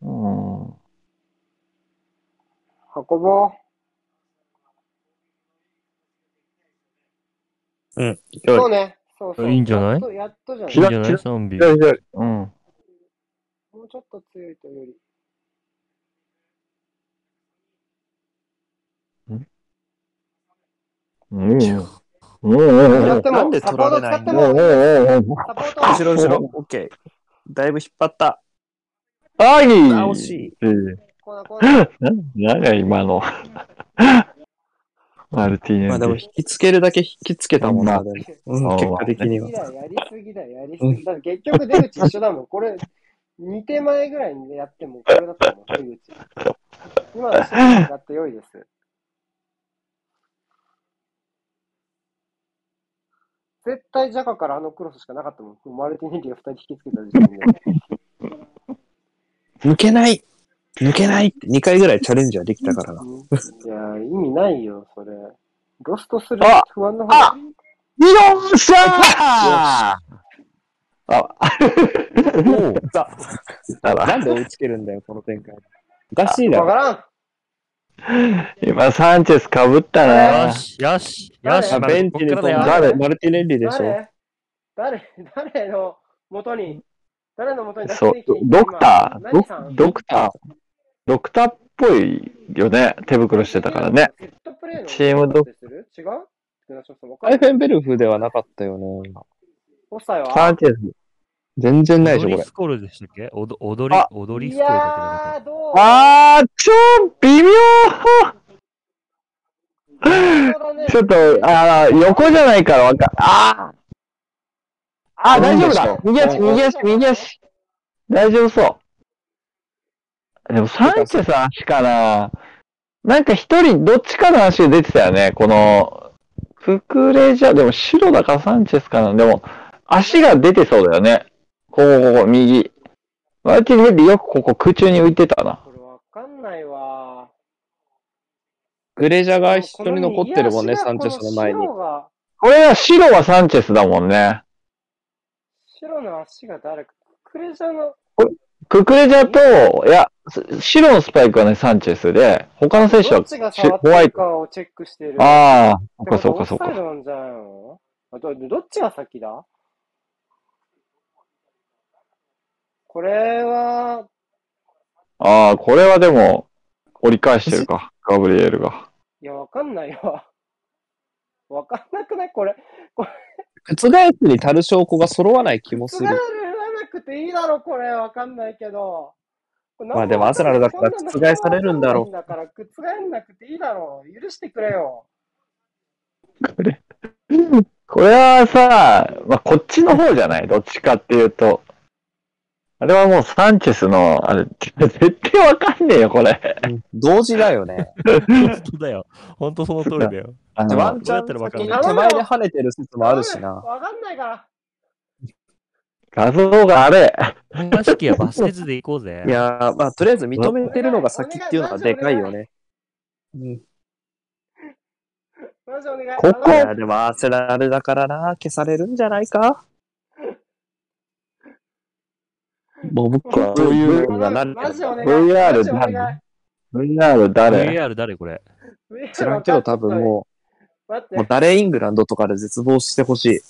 うん。運ぼう。そうね。そうそう。いいんじゃないやっとやっとじゃないいい左んじゃない賛美。左左。うん。もうちょっと強いというより。うん。うん。やってなんも、でサ取ポーられトな使いっんてだも、おおサポート後ろ後ろ、オッケー。だいぶ引っ張った。あいあ、惜しい。コーナーコーナーななんだ今の。マルティネまあでもッ引きつけるだけ引きつけたもんな、うでも。うん、結果的にやりすぎは。だよ、やりすぎだよ、やりすぎだ。結局出口一緒だもん。これ、2手前ぐらいにやっても、これだったもん、出口。今のシーンだって良いです。絶対ジャカからあのクロスしかなかったもん。もうマルティネリを2人引きつけた時点で。抜けない抜けないって2回ぐらいチャレンジはできたからな。いやー、意味ないよ、それ。ロストするあ不安の方が。ド。よっしゃーあ、おうさ だからなんで追いつけるんだよ、この展開。おかしいだわかろ。らん今サンチェスかぶったよな。し、よし、よしあ、ベンチでこっか飛らだよんだだよマルティネッリでしょ。誰誰 誰の元に誰の元にそう出してき、てドクタ今ー、ド何クさんドクター、ドクターっぽいよね。手袋してたからね。。セットプレーのチームド違うアイフェンベルフではなかったよね。オフサイドサはンチェス。全然ないでしょ、踊こりれ。スコールでしたっけ踊踊りあ、踊りいスコールだけどなんやか。ー、どうあー、超微妙そうだねちょっと、あー、横じゃないからわかあーあ、大丈夫だ右足、右足、右足。大丈夫そう。でも、サンチェスの足かななんか一人、どっちかの足で出てたよね。この、ククレジャー、でも白だからサンチェスかなでも、足が出てそうだよね。こう、こうこう、右。マルティネッリよくここ空中に浮いてたな。これわかんないわ。グレジャーが一人残ってるもんね、サンチェスの前にこ。の白がこれは白はサンチェスだもんね。白の足が誰か、クレジャの、ククレジャと、いや、す白のスパイクはね、サンチェスで、他の選手どっはちがし触っホワてるイト。かをチェックしてる。あ、ああ、そっかそっかそっオフサイか。ドなんじゃないのあどどっちが先だこれは、ああ、これはでも、折り返してるか、ガブリエルが。いや、わかんないわ。 わかんなくないこれ。覆すに足る証拠が揃わない気も覆すらる。なくていいだろ、これ。わかんないけど。まあでもアスナルだから覆されるんだろう。だから覆んなくていいだろう。許してくれよ。これはさ、まあ、こっちの方じゃないどっちかっていうと。あれはもうサンチェスの、あれ、絶対わかんねえよ、これ。同時だよね。本当だよ。本当その通りだよ。あでのワンチャどうやったらンわか先にるの手前で跳ねてる説もあるしな。わかんないから。画像があれ。倉敷はバスケ図で行こうぜ。いやー、まあ、とりあえず認めてるのが先っていうのはでかいよね。うん。マジお願い。ここい頼むや、でも、アーセナルだからな、消されるんじゃないかもう僕はそういうのがなるマジお願い。 VR マジお願いなん VR 誰 VR 誰これ VR 知らんけど、多分も待ってう、もう誰イングランドとかで絶望してほしい。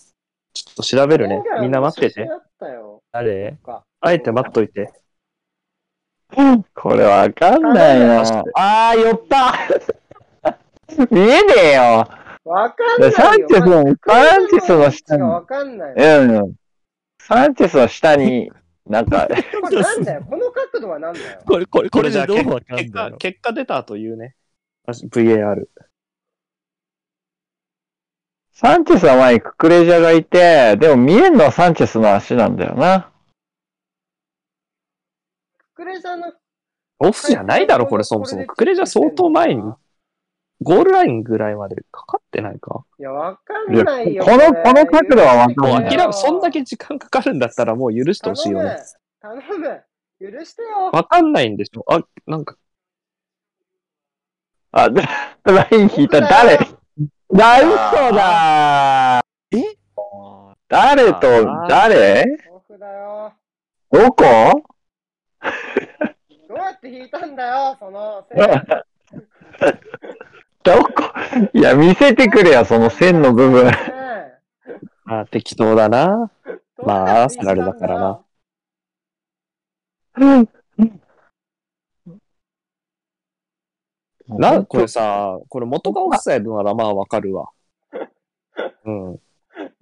ちょっと調べるね。みんな待ってて。。誰あえて待っといて。これわかんないな。ああ、寄った見えねえよ。わかんないよ。でサンチェスの、サンチェスの下に。わかんない。うんうん。サンチェスの下に、なんか、 これなんだよ。この角度はなんだよ。これ、これ、これでどうわかん結だ果ろ、結果出たというね。VAR。サンチェスは前にククレジャがいて、でも見えんのはサンチェスの足なんだよな。クレジャーの。オフじゃないだろ、これそもそも。ククレジャ相当前に、ゴールラインぐらいまでかかってないかいや、わかんないよ。いやこのれこの角度はわかんもうな諦め、そんだけ時間かかるんだったらもう許してほしいよね。。頼む。頼む許してよ。わかんないんでしょあ、なんか、あ、で ライン引いた誰だ、嘘だえ誰とあー誰オフだよ。ど こどうやって引いたんだよ、その線。どこいや、見せてくれよ、その線の部分ね。えあ適当だな。まあアーセナルだからな。な、これさ、これ元がオフサイドならまあわかる わ。うん。ど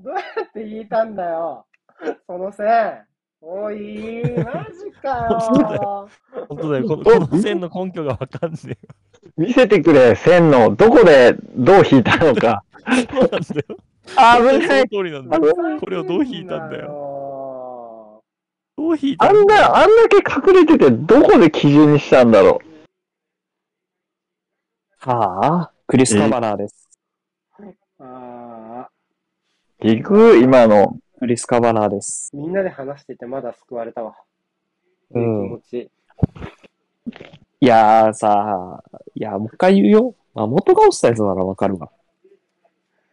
うやって引いたんだよ。その線。おい、マジかよ。本当だよ。このこの線の根拠がわかんねえ。見せてくれ、線の、どこで、どう引いたのか。そうなんだよ。あ 危ない。その通りなんだよ。これをどう引いたんだよ。どう引いたあんな、あんだけ隠れてて、どこで基準にしたんだろはあ、クリス・カバナーです。ああ、う。行く今の。クリス・カバナーです。みんなで話しててまだ救われたわ。う気ん。持ちいい。いやーさ、いや、もう一回言うよ。まあ、元がオフサイドならわかるわ。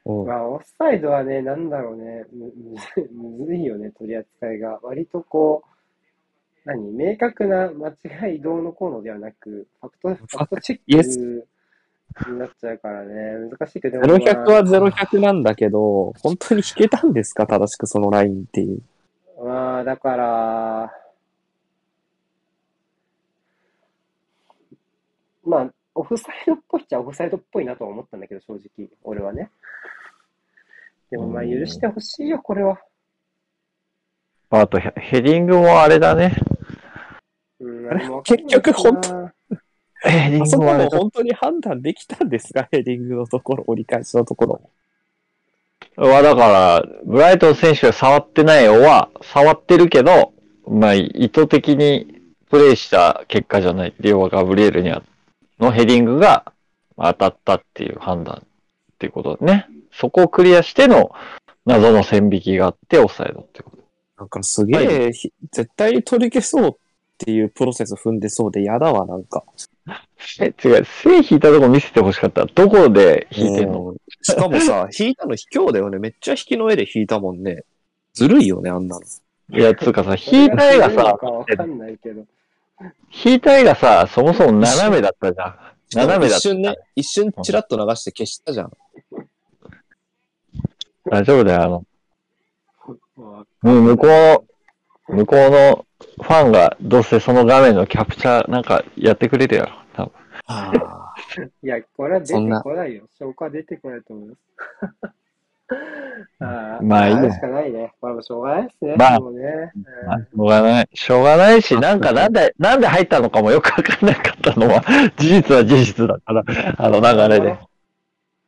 うん。まあ、オフサイドはね、なんだろうね、むむずむずいよね、取り扱いが。割とこう、何、明確な間違いどうのこうのではなく、ファクト、ファクトチェイエックになっちゃうからね、難しいけど、でも0100は0100なんだけど、本当に引けたんですか正しくそのラインっていう。まあ、まあ、だから、まあ、オフサイドっぽいっちゃオフサイドっぽいなとは思ったんだけど、正直、俺はね。でもまあ、許してほしいよ、これは。あと、ヘヘディングもあれだね。うん、あれでもわかんないな結局本当ヘディあンそグこもあれもだ。本当に判断できたんですかヘディングのところ、折り返しのところ。は、だから、ブライトン選手が触ってないよは、触ってるけど、まあ、意図的にプレイした結果じゃないっていうのはガブリエルにあのヘディングが当たったっていう判断っていうことだね。そこをクリアしての謎の線引きがあって、オフサイドってこと。なんかすげえ、ひ絶対に取り消そうっていうプロセス踏んでそうで嫌だわ、なんか。え、違う、背引いたとこ見せてほしかった。どこで引いてんのうんしかも さ、引いたの卑怯だよね。めっちゃ引きの絵で引いたもんね。ずるいよね、あんなの。いや、つうかさ、引いた絵がさ、わかんないけど。引いた絵がさ、そもそも斜めだったじゃん。斜めだった一瞬ね、一瞬チラッと流して消したじゃん。大丈夫だよ、あの、わもう向こう、向こうのファンがどうせその画面のキャプチャーなんかやってくれるやろ。多分あーいや、これは出そんてなこないよ。証拠は出てこないと思います。 あまあいいねしかないね。これもしょうがないですね。まあもうね。うんまあしょうがない。しょうがないし、なんかなんで、なんで入ったのかもよくわかんなかったのは、事実は事実だから、あの流れで。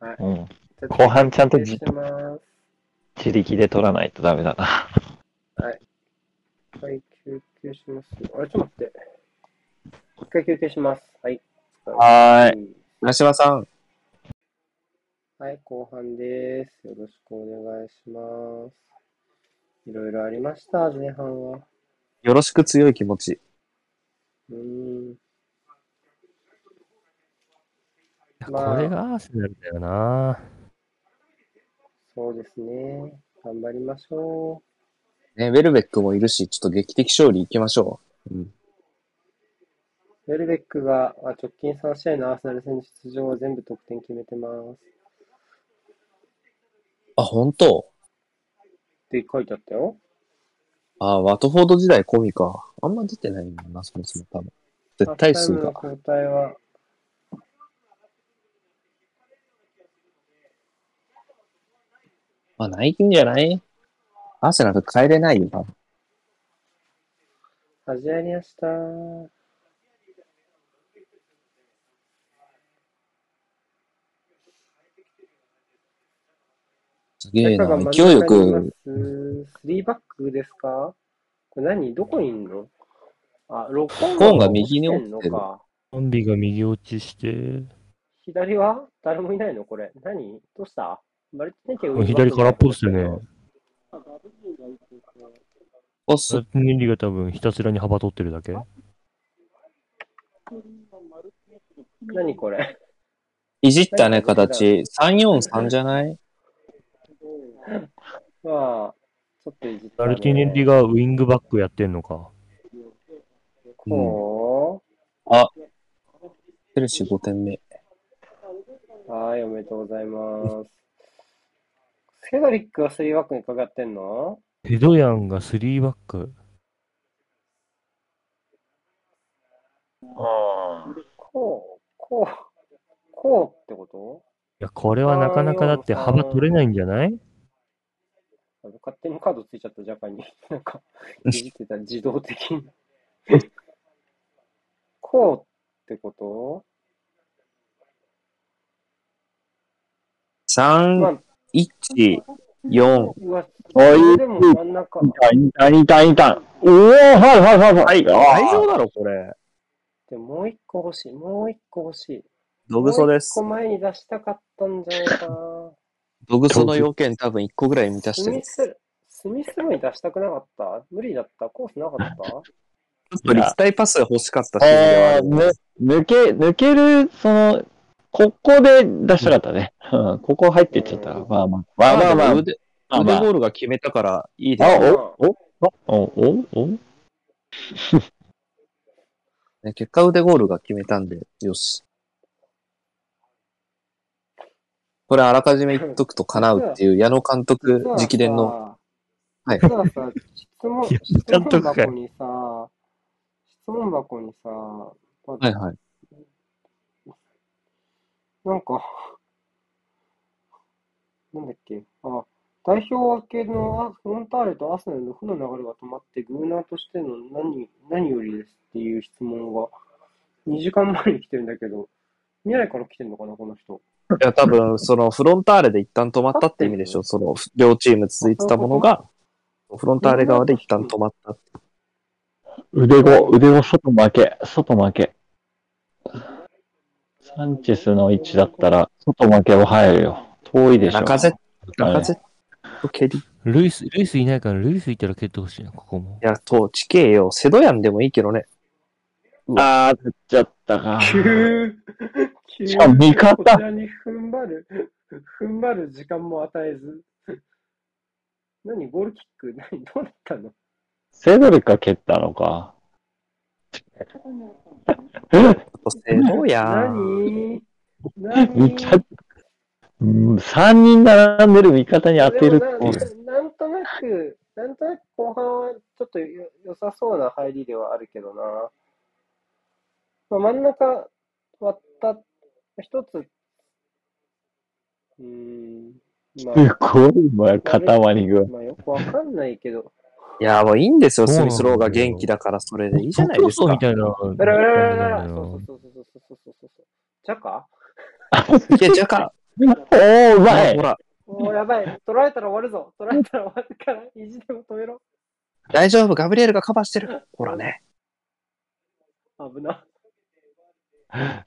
はいうん、後半ちゃんとじ失礼します。自力で取らないとダメだな。一回休憩します。あれ、ちょっと待って。一回休憩します。はい。はーい。い。長島さん、はい、後半です。よろしくお願いします。いろいろありました、前半は。よろしく強い気持ち。うーん。やまあこれがアーセナルだよな。そうですね。頑張りましょね、ウェルベックもいるし、ちょっと劇的勝利行きましょう。うん、う。ウェルベックがあ直近3試合のアーセナル戦出場は全部得点決めてます。あ、本当って書いてあったよ。あー、ワトフォード時代込みか。あんま出てないんだな、そもそも多分。絶対数ハがー。フタイムの交代は、まあ、ないんじゃないアーセナル帰れないよ、多分。始まりました。すげえな中が。真勢いんよ中にいますく、。 3バックですかこれ何どこにいんのあ、ロッコーンが右に落ちてるのか。コンビが右落ちして、左は誰もいないのこれ。何どうしたバレてないけど左空っぽですよね。ポスミリが多分ひたすらに幅取ってるだけ。何これいじったね、形。343じゃないまあ、ちょっといじった、マね。ルティネリがウィングバックやってんのか。こペルシー5点目。う、はい、おめでとうございます。セドリックは3バックにかかってんのヘドヤンが3バック。こう、こう、こうってこといや、これはなかなかだって幅取れないんじゃないあの勝手にカードついちゃった、ジャパンに。 なんか、いじってた、自動的 に。こうってことま3、あ、 1、4。うわ、おいでも真ん中。インタン、インタン、インタン。おおはいはいはいはい。大丈夫だろ、これ。でもう一個欲しい、もう一個欲しい。ドグソでもすう一個。前に出したかったんじゃないかな。ドグソの要件多分1個ぐらい満たしスてるミ。ス、スミスローに出したくなかった無理だったコースなか ったちょっと立体パス欲しかったし、ではああるーね抜け、抜ける、その、ここで出したかったね。うん、ここ入っていっちゃったら。まあまあ。まあまあまあ。腕、まあ腕まあゴールが決めたからいいであ、すお、お、お、お、お、ね。結果腕ゴールが決めたんで、よし。これあらかじめ言っとくと叶うっていう矢野監督直伝の。はい実はさ、質問、いや質監問督か箱よにさ、質問箱にさ、まはいはい。なんか、なんだっけ、あ、代表系のあフロンターレとアーセナルの負の流れが止まって、グーナーとしての何、何よりですっていう質問が、2時間前に来てるんだけど、未来から来てるのかな、この人。いや、多分、その、フロンターレで一旦止まったって意味でしょ。その、両チーム続いてたものが、フロンターレ側で一旦止まったって。腕後、腕後、外負け、外負け。サンチェスの位置だったら、外負けを入るよ。遠いでしょ。中瀬、中瀬と蹴り。いルイス、ルイスいないからルイスいたら蹴ってほしいな、ここも。や、と、地形よ。セドヤンでもいいけどね。あー、当たっちゃったか。急、急、しかも味こ方ち。らに踏ん張る、踏ん張る時間も与えず。何ゴールキック何どうなったのセドリか蹴ったのか。セロや何何味方、うん、3人並んでる味方に当てるっていでう。もななんとなく、なんとなく後半はちょっとよ良さそうな入りではあるけどな。まあ、真ん中割った、一つ、うーん、まあ、すごい、まあ、塊が。まあ、よくわかんないけど。いや、もういいんですよ。そうスなんミですスよローが元気だから、それでいいじゃないですそうかみ。たいな。あらあらあらあらなそのうよそうそうそうそうそうそうそう。ジャカいや、ジャカ、おー、うほまいら、おー、やばい。取られたら終わるぞ。取られたら終わるから、意地でも止めろ。大丈夫、ガブリエルがカバーしてる。ほらね。危な。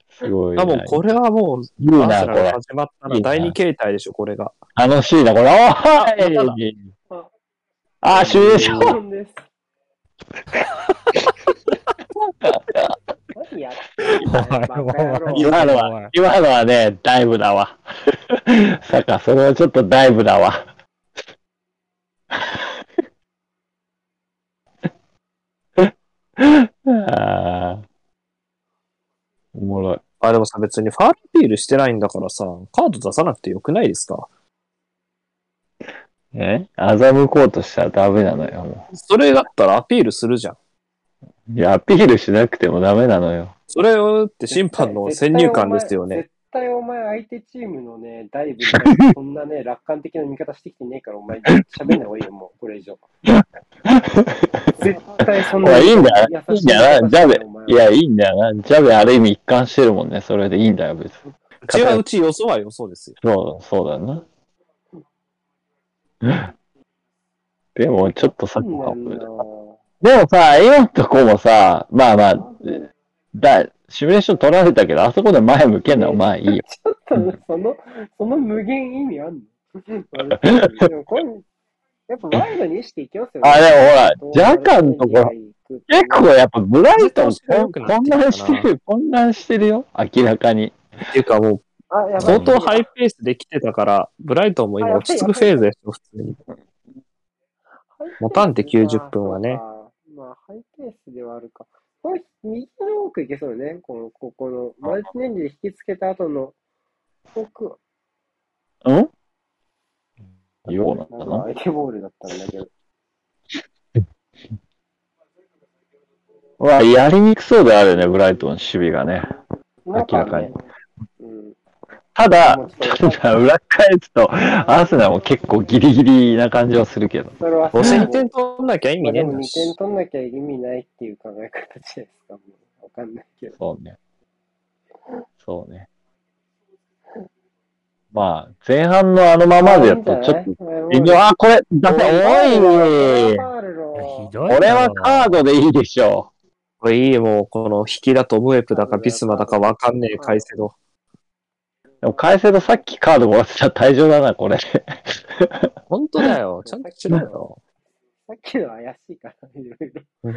すごいな。多分これはもう、いいアーな、セナこルがれ。始まったいらいな第二形態でしょ、これが。楽しいな、これ。おーいああ、シミュレーション。日本です。何やってんだよお前バカ野 お郎前今のは、今のはね、ダイブだわ。さか、それはちょっとダイブだわ。 あーおもろい。あ、でもさ、別にファールアピールしてないんだからさ、カード出さなくてよくないですかえ欺こうとしたらダメなのよ。もそれだったらアピールするじゃん。ういや、アピールしなくてもダメなのよ。それをって審判の先入観ですよね。絶対お前、相手チームのね、ダイブに、そんなね、楽観的な見方してきてねえから、お前、喋んない方がいいよ、もう、これ以 上。絶対そんなおいいいんだよい優いしんだよな、見ジ方ャしベてお前。はいや、いいんだよな。ジャベある意味一貫してるもんね。それでいいんだよ、別に。うちはうち予想は予想ですよ。そうだ、そうだな。 でも、ちょっとさっきそうなのんだよでもさ、今のとこもさ、まあまあ、だ、シミュレーション取られたけど、あそこで前向けんのはまあいいよ。ちょっとね、 その、その 無限意味あんのでもこれやっぱワイルドに意識いきますよね。あ、でもほら、ジャカンのところ、ろ結構やっぱブライトンずっと強くなっ混てきたな乱してる、混乱してるよ。明らかに。っていうかもあ、やう、ばい相当ハイペースで来てたから、ブライトンも今落ち着くフェーズでしょ、普通に。持たんて90分はね。そうかまあ、ハイペースではあるか。これ、右の奥行けそうよね。この、ここの、マルチネンジで引きつけた後の、奥、うんようななんんだかな。相手ボールだったんだけど。うわ、やりにくそうであるね、ブライトンの守備がね。明らかに。うん。ただ、ただ裏返すと、アーセナルも結構ギリギリな感じはするけど。それはどうせ2点取んなきゃ意ま味あねでもえんだ2し。点取んなきゃ意味ないっていう考え方じゃないですか。もうわかんないけど。そうね。そうね。まあ、前半のあのままでやと、ちょっと、微妙、あ、これ、だせ、おいファールひのどいな。これはカードでいいでしょこれいい、もう、この引きだとムエプだかビスマだかわかんねえ、カイセド。う。でも、カイセドさっきカードもらってたら退場だな、これ。本当だよ。ちゃんとしろよ。さっきの怪しいから、いろいろ。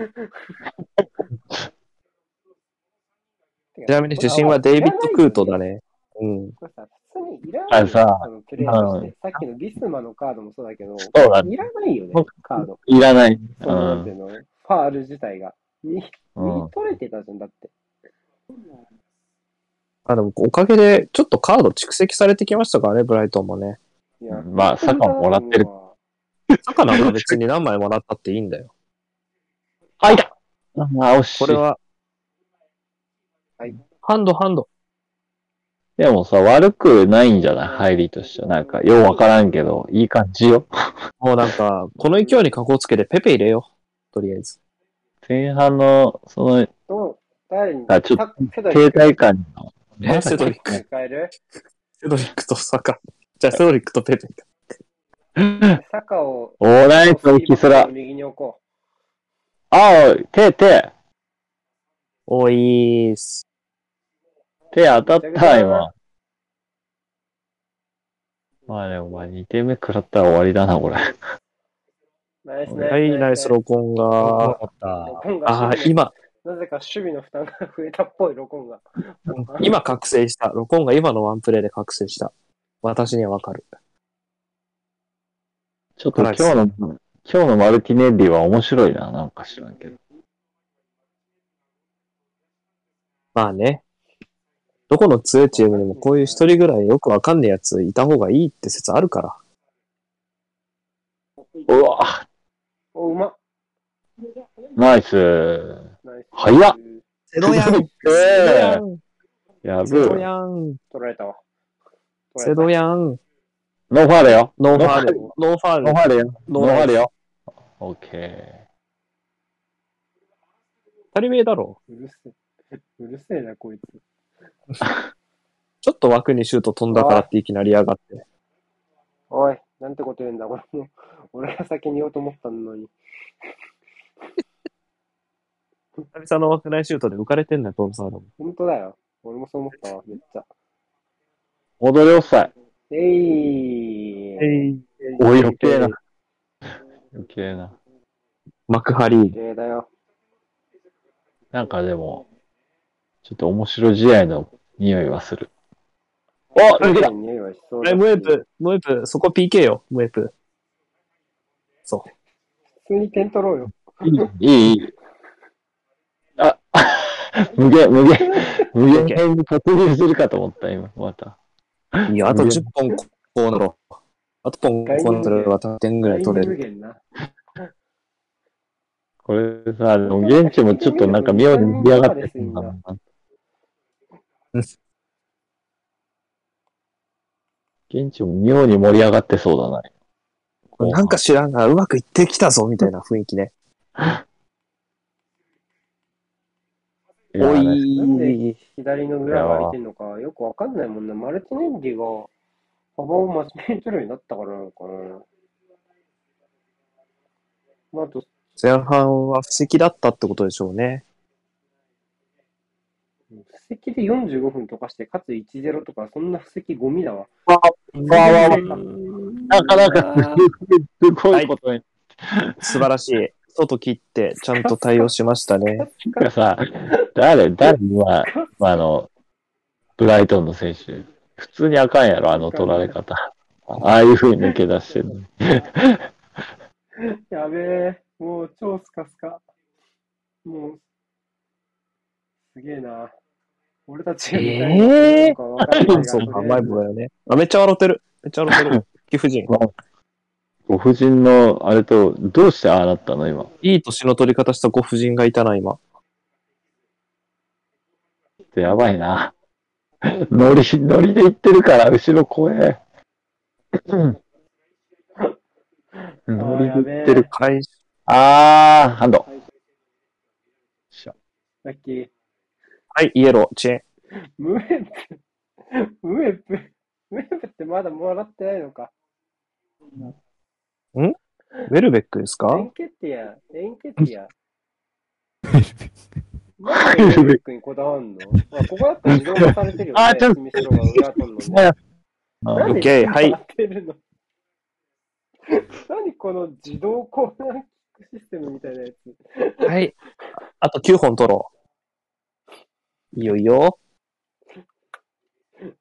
ちなみに主審はデイビッド・クートだね。うん。これさ、普通にいらないよあさあのプレイヤーとして、さっきのビスマのカードもそうだけど、そうだね。いらないよね、カード。いらない。その、なんていうの、ファール自体が。にうん。取れてたじゃん、だって。あ、でも、おかげで、ちょっとカード蓄積されてきましたからね、ブライトンもね。いやまあサカももらってる。サカなんか別に何枚もらったっていいんだ よ。あ、いたあ、惜しいこれ。は、はいハンドハンド。でもさ、悪くないんじゃない入りとしては。なんか、ようわからんけど、いい感じよ。もうなんか、この勢いに格好つけてペペ入れよう。とりあえず。前半の、その、どう誰にあちょっとさセドリッ停ク滞感の。えセドリック。セ変えるドリックとサカ。じゃあ、セドリックとペペ。サカを、おー、ナイス、浮き空。右に置こあー、手、手。おいーす。手当たった、今。まあね、お前2点目食らったら終わりだな、これ。う。ナイスはい、ナイスロコンあが。あ、コンがああ、今、なぜか守備の負担が増えたっぽい、ロコンが。 今覚醒した。ロコンが今のワンプレーで覚醒した。私にはわかる。ちょっと今日の、今日のマルティネッリは面白いな、なんか知らんけど。まあね。どこの強いチームにもこういう一人ぐらいよくわかんねえやついた方がいいって説あるから。うわ、お、うまナイス。ナイス。早っゼえ えンやセドぶ。ヤン取られたわ。取セられドヤンノーファールよ。ノーファール。ノーファーノールフ。ァールよ。ノノーファーーファールルよ。オッケー。当たり前だろ。た。うるせえ。うるせえな、こいつ。ちょっと枠にシュート飛んだからっていきなりやがって。おい、なんてこと言うんだ、俺も。 俺が先に言おうと思ったのに。久々の枠内シュートで浮かれてんねトムサールも。本当だよ。俺もそう思ったわ、めっちゃ。戻りオフサイ。えい、おい、余計な。 余計な。幕張。綺麗だよ。なんかでも、ちょっと面白試合の匂いはする。お抜けた匂いはしそうだえ、しムエプ、ムエプ、そこ PK よ、ムエプ。そ普通に点取ろうよ。いい、いい、いい。あ、 無限、 無限、無限編に突入するかと思った、今、また。う。いや、あと10本こうなろう。あと本こうなれば10点ぐらい取れ無る。限な。これさ、でも現地もちょっとなんか妙に盛り上がってるな。現地も妙に盛り上がってそうだな。なんか知らんが、うまくいってきたぞ、みたいな雰囲気ね。いや、なんいで。左の裏が空いてんのか、よくわかんないもんな。マルティネンリが幅をマスメートルになったからなのかな。まあ、あと、前半は布石だったってことでしょうね。布石で45分とかして、かつ1-0とか、そんな布石ゴミだわ。わわわなかなかすごい、すごいことに。素晴らしい。外切って、ちゃんと対応しました ね。なんかさ、誰、誰、今、あの、ブライトンの選手。普通にあかんやろ、あの取られ方。ああいう風に抜け出してるのに。やべえ、もう超スカスカ。もう、すげえな。俺たちが見たいえーのかわかんないがそうとか、りあえず甘い棒だよね。あ、めっちゃ笑ってる。めっちゃ笑って る。貴婦人。ご婦人の、あれと、どうしてああなったの、今。いい年の取り方したご婦人がいたな、今。やばいな。ノリ、ノリで行ってるから、後ろ怖え。ノリで行ってる。開始あー、ハンド。さっき、はい、イエロー、チェーン。ムエプ、ムエプ、ムエプってまだもらってないのか。ウェルベックですかエンケティア、エンケテ ィア。なんでエルベックにこだわんの、まあ、ここだったら自動化されてるよ、ね。あちょっとミスロが裏取るのねあ何オッケーはいやってるの何この自動コーナーキックシステムみたいなやつ。はい。あと9本取ろう。いいよいいよ。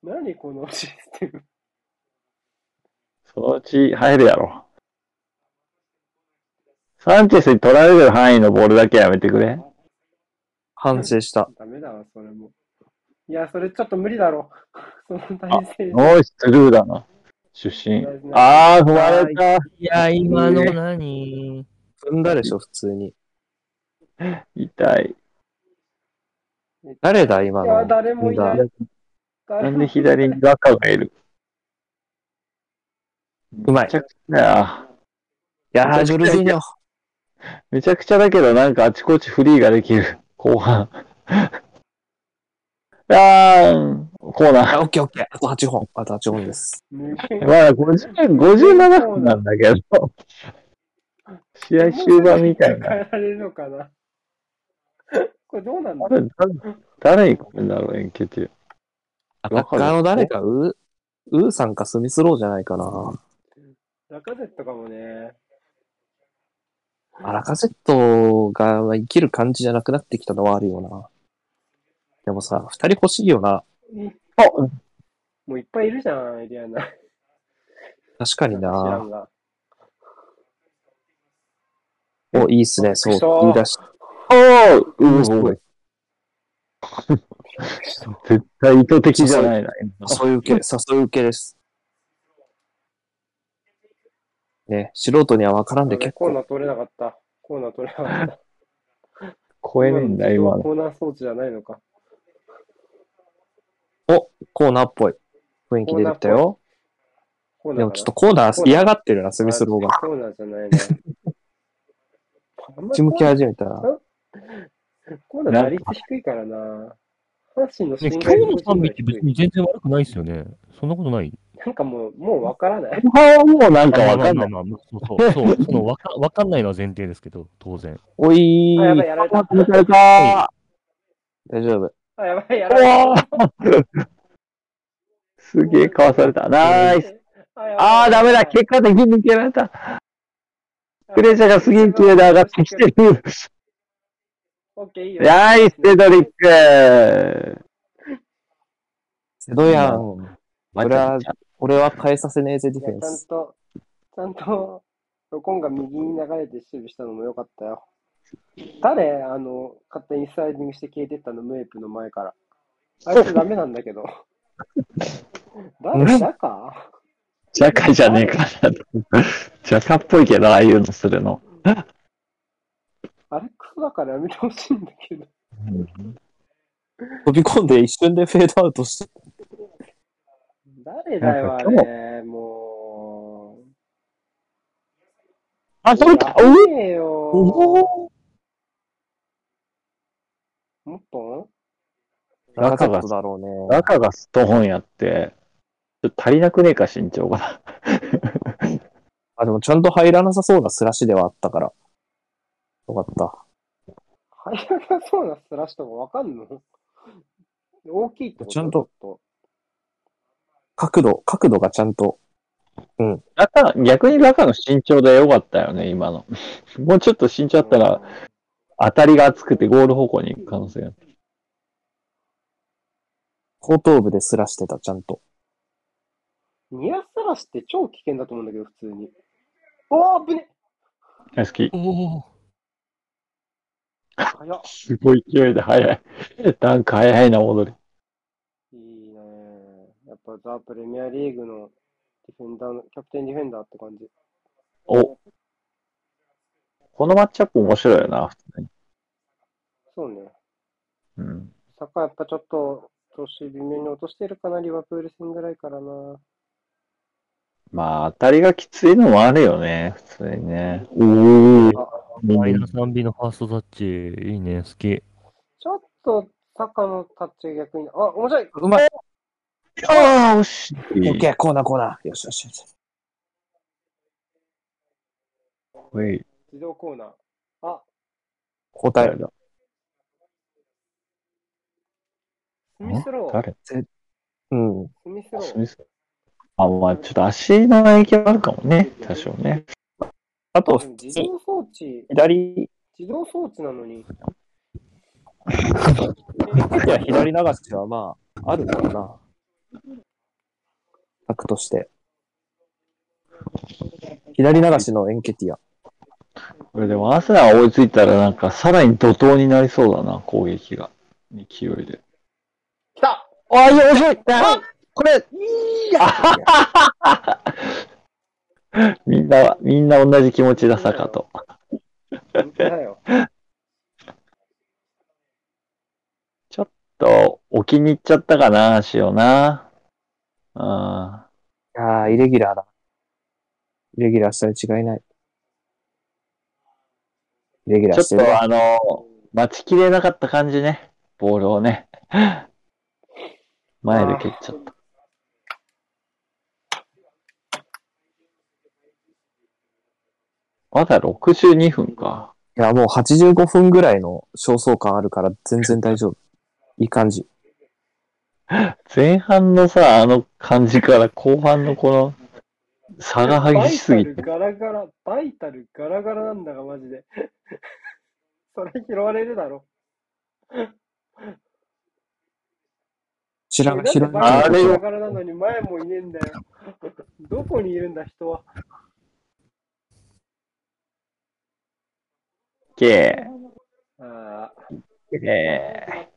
何このシステム。そのうち入るやろ。サンチェスに取られる範囲のボールだけやめてくれ。反省した。ダメだわ、それも。いや、それちょっと無理だろ。 その体勢ノイススルーだな。出身。あー、踏まれた。いや、今の何踏んだでしょ、普通に。痛い。誰だ、今いや、の。誰もいない。誰なもんで左にバカがいるうまいめち。ゃくちゃだよいやー、ジョルジーニョ。めちゃくちゃだけど、なんかあちこちフリーができる。 後半。あー、コー ナー。あ、オッケーオッケー。あと8本。あと8本です。無ま限だ50 57分なんだけ ど。試合終盤みたいな。変えられるのかな。 これどうなんだあれ誰誰に来るんだろう、円形って。アタッカーの誰か、ウー、ウーさんかスミスローじゃないかな。ラカゼットかもね。アラカセットが生きる感じじゃなくなってきたのはあるよな。でもさ、二人欲しいよな。あ、もういっぱいいるじゃん、エリアナ。確か知にら。なんが。お、いいっすね。そうく。そー言い出しおおううんすごい絶対意図的じゃないな。誘い受 け、誘い受けです。ね、素人には分からんで結コーナ構。ー取れなかった。コーナー取れなかった。超えねえんだ、今の今の。コーナー装置じゃないのか。お、コーナーっぽい雰囲気出てきたよ。コーナーでかなもちょっとコーナー嫌がってるな、スミスローが。あコーナーじゃないね。 あんまこっりちコ向きーナー始めたら。コーナー打率低いからな。阪神のね、信今頼日の度賛美って低別い。に全然悪くないですよね。そんなことない。なんかもう、もうわからない。後半はもうなんかわかんない。まあまあまあまあそうそう。そう、そのわかわかんないのは前提ですけど、当然。おいあ、やばい、ー、やられあた。潰された大丈夫。あ、やばい、やられた。ー。 すげえかわされた。ナイス。あー、ダメだ。結果的に抜けられた。クレジャーがすげえ綺麗で上がってきて る。オッケー、いいよ。ナイス、ペドリック。セドヤン。ま裏俺は変えさせねえぜ、ディいフやェンちゃんス。と、ちゃんと、ロコンが右に流れて守備したのも良かったよ。誰、あの、勝手にスライディングして消えてったの、ムエプの前から。あいつダメなんだけど。誰だかジャカじゃねえかなと。ジャカっぽいけど、ああいうのするの。あれクソだからやめてほしいんだけど。飛び込んで一瞬でフェードアウトして。誰だよ、あれ。もう。あ、そやうだおうべえよ。もっとララカカセセッットトだろうね。中がストーンやって、ちょっと足りなくねえか、身長が。あ、でもちゃんと入らなさそうなスラッシュではあったから。よかった。入らなそうなスラッシュとかわかんの大きいってことちゃんと。ちょっ角度、角度がちゃんと。ラカ、逆にラカの身長でよかったよね、今の。 もうちょっと身長あったら、当たりが厚くてゴール方向に行く可能性が。後頭部でスラしてた、ちゃんと。ニアスラスって超危険だと思うんだけど、普通に。おー、ぶね大好き。おお。早っ。すごい勢いで速い。なんか速いな、戻り。いいね。やっぱザ・プレミアリーグのディフェンダーの、キャプテンディフェンダーって感じ。お。このマッチアップ面白いよな、普通に。そうね。うん。サッカーやっぱちょっと調子微妙に落としてるかな、リバプール戦ぐらいからな。まあ、当たりがきついのもあるよね、普通にね。おー。マイナス 3B のファーストタッチ、いいね、好き。ちょっとサッカーのタッチが逆に、あ、面白いうまい。ああ、惜しオッい。ケー、コーナー、コーナー。よしよしよし。おい自動コーナー。あ、交代誰。だスミスロー。誰うん。スミスロスー。ミスあ、まあ、ちょっと足の影響あるかもね、多少ね。あと、自動装置、左、自動装置なの に。いや、左流しはまあ、あるからな。策として。左流しのエンケティア。これでも、アーセナが追いついたら、なんか、さらに怒涛になりそうだな、攻撃が。勢いで。来たああ、いや、面白いあこれいや みんな、みんな同じ気持ちだ、坂と。本当だよ。と、置きに行っちゃったかな、足をな。あああ、イレギュラーだ。イレギュラーしたに違いない。イレギュラあ。ちーょっしてるね。と、あの、待ちきれなかった感じね。ボールをね。 前で蹴っちゃった。まだ62分か。いや、もう85分ぐらいの焦燥感あるから全然大丈夫。いい感じ。前半のさ、あの感じから後半のこの差が激しすぎバイタルて。ガラガラ、バイタルガラガラなんだが、マジで。 それ拾われるだろ。知らおいないな、んで知らバイなタあい。れルよガラガラなのに前もいねえんだよ。 どこにいるんだ、人は。けあー。けー。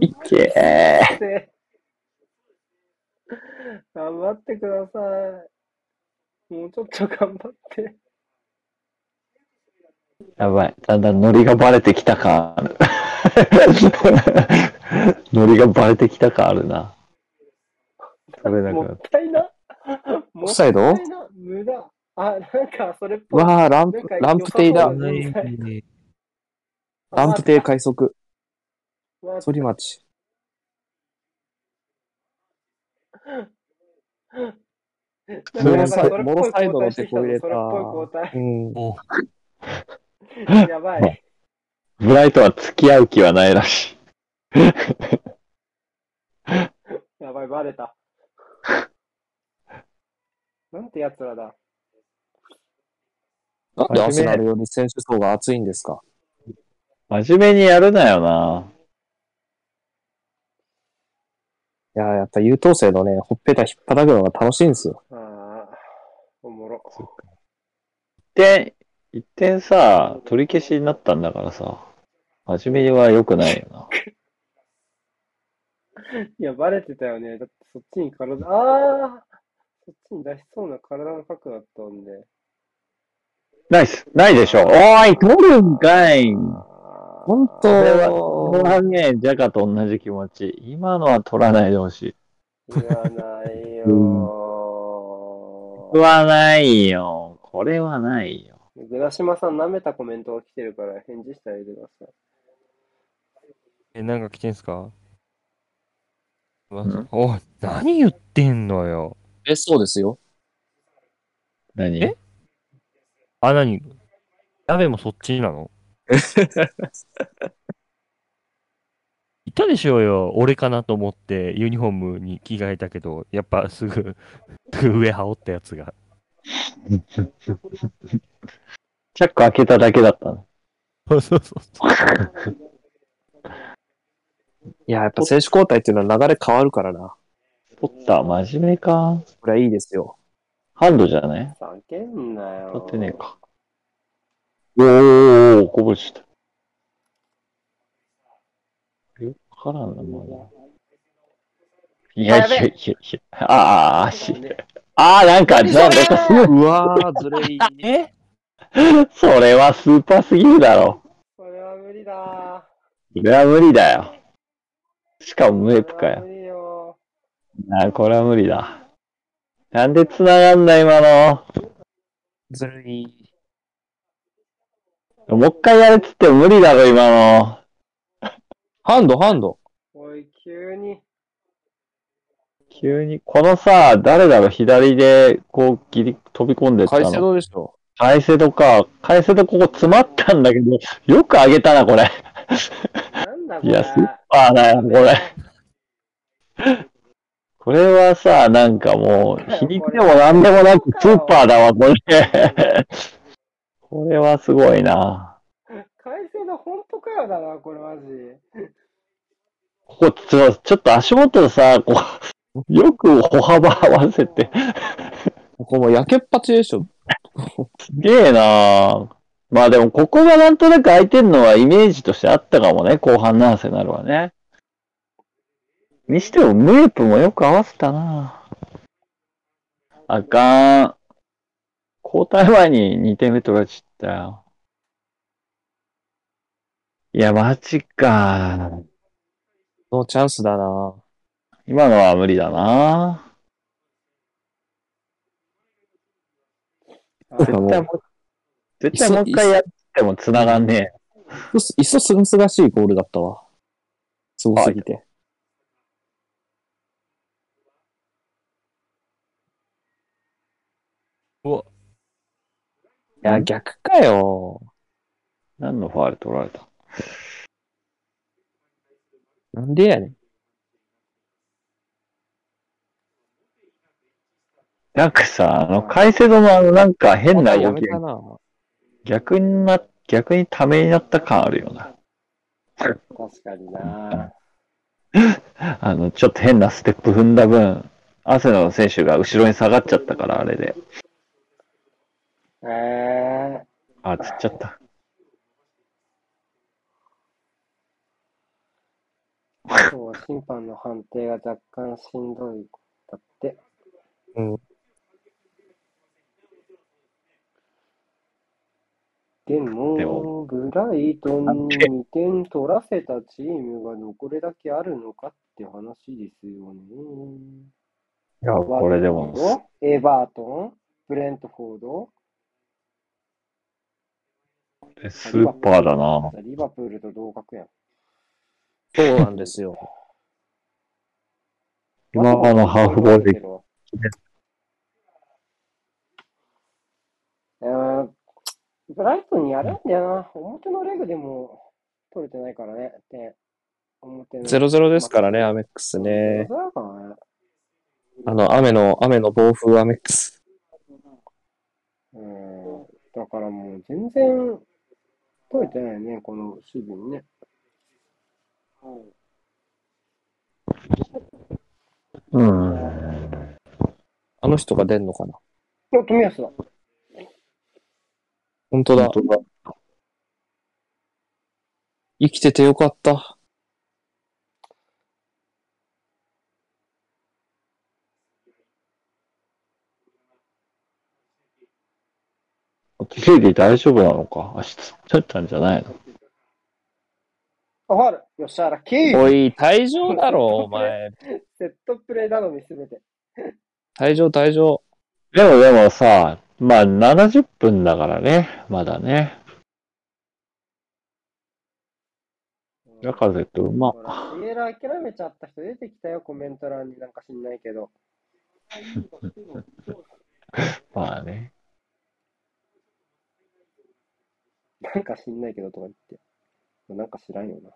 いけー。ーせ 頑張ってください。もうちょっと頑張って。やばい。だんだんノリがバレてきた感 ある。ノリがバレてきた感あるな。食べなもくなっ。ったたいな。もオフったサイいドな。無駄。あ、なんか、それっぽい。わあ、ランプなんか、ランプ亭良ださ。そうな いねランプ亭快速。反町。なんかやばいモロサそれっぽいイモロサイドの交代してき手こ入れぞたそれっぽい交代。うん。おやばい。ブライトは付き合う気はないらしい。やばい、バレた。 なんて奴らだ。なんでアスナルより選手層が厚いんですか真面目にやるなよな。いやー、やっぱ優等生のね、ほっぺた引っ叩くのが楽しいんですよ。ああ、おもろ。一点、一点さ、取り消しになったんだからさ。真面目には良くないよな。いや、バレてたよね。だってそっちに体、ああ、そっちに出しそうな体の角だったんで。ナイスないでしょおーい取るんかいあ本あ、当これは、これはね、ジャカと同じ気持ち。今のは取らないでほしい。言わないよ こー。れはないよ。これはないよ。 グラシマさん、舐めたコメントが来てるから返事してあげてください。え、なんか来てんすかんおい、何言ってんのよ。え、そうですよ。何えあ、何鍋もそっちな のいたでしょうよ。俺かなと思ってユニフォームに着替えたけど、やっぱすぐ上羽織ったやつ が。チャック開けただけだったの。そうそうそう。いや、やっぱ選手交代っていうのは流れ変わるからな。取った。真面目か。これはいいですよ。ハンドじゃねふざけんなよ。取ってねえか。おーおー、こぼした。よくからんな、まだ。いやいやいやいや。あーあー、足。ああ、なんか、なんか、うわー、ずるい。えそれはスーパーすぎるだろ。これは無理だそれは無理だよ。しかもー。ムエプかこよ。れは無理よああ、これは無理だ。なんで繋がんだ、今の。ずるい。もう一回やれっつっても無理だろ、今の。ハンド、ハンド。ー。おい、急に。急に、このさ、誰だろ、左で、こう、ギリ、飛び込んでったカイセの。ドでしょ。カイセドか。カイセドここ詰まったんだけど、よく上げたな、これ。なんだこいれ。や、スーパーだよ、これ。これはさ、なんかもう、皮肉でもなんでもなく、スーパーだわ、これ。これはすごいな。海鮮の本当かよだな、これマジ。ここちょ、ちょっと足元さ、こう、よく歩幅合わせて。ここもう焼けっぱちでしょ。すげえなぁ。まあでも、ここがなんとなく空いてるのはイメージとしてあったかもね、後半のアーセナルはね。にしても、ムープもよく合わせたなぁ。あかん。交代前に2点目取られちゃったよ。いや、マジかぁ。もうチャンスだな。今のは無理だなぁ。あそう絶対もう、絶対もう一回やっても繋がんねえ。いっそいっそすがすがしいゴールだったわ。すごすぎて。いや、逆かよ。何のファール取られたなんでやねん。なんかさ、あの、カイセドのあの、なんか変なや動めきたが、な。逆にな、逆にためになった感あるよな。確かにな。あの、ちょっと変なステップ踏んだ分、アセナの選手が後ろに下がっちゃったから、あれで。ええあ、つっちゃった。ー、そう、審判の判定が若干しんどい。だって。うん。でも、でもブライトンに2点取らせたチームがどこれだけあるのかって話ですよね。いや、これでも、エバートン、ブレントフォード、スーパーだな。リバプールと同格やん。そうなんですよ。 今あのハーフボールでうんブライトンにやるんだよな。表のレグでも取れてないからね。点表の0-0ですからね、アメックスね。そうだからねあの、雨の、雨の暴風アメックス。うんだからもう全然取れてないね、この守備にね。うん。あの人が出んのかな。あ、冨安だ。本当だ。本当だ生きててよかった。ケイディ大丈夫なのかあ、しつっちゃったんじゃないのあ、ファール。よっしゃ、ラッキーおい、退場だろ、お前。セットプレー頼みすべて。退場、退場。でもでもさ、まあ70分だからね、まだね。ラカゼットうまっほ。ら、イエラー諦めちゃった人出てきたよ、コメント欄になんか知んないけど。まあね。なんか知んないけどとか言って。なんか知らんよな。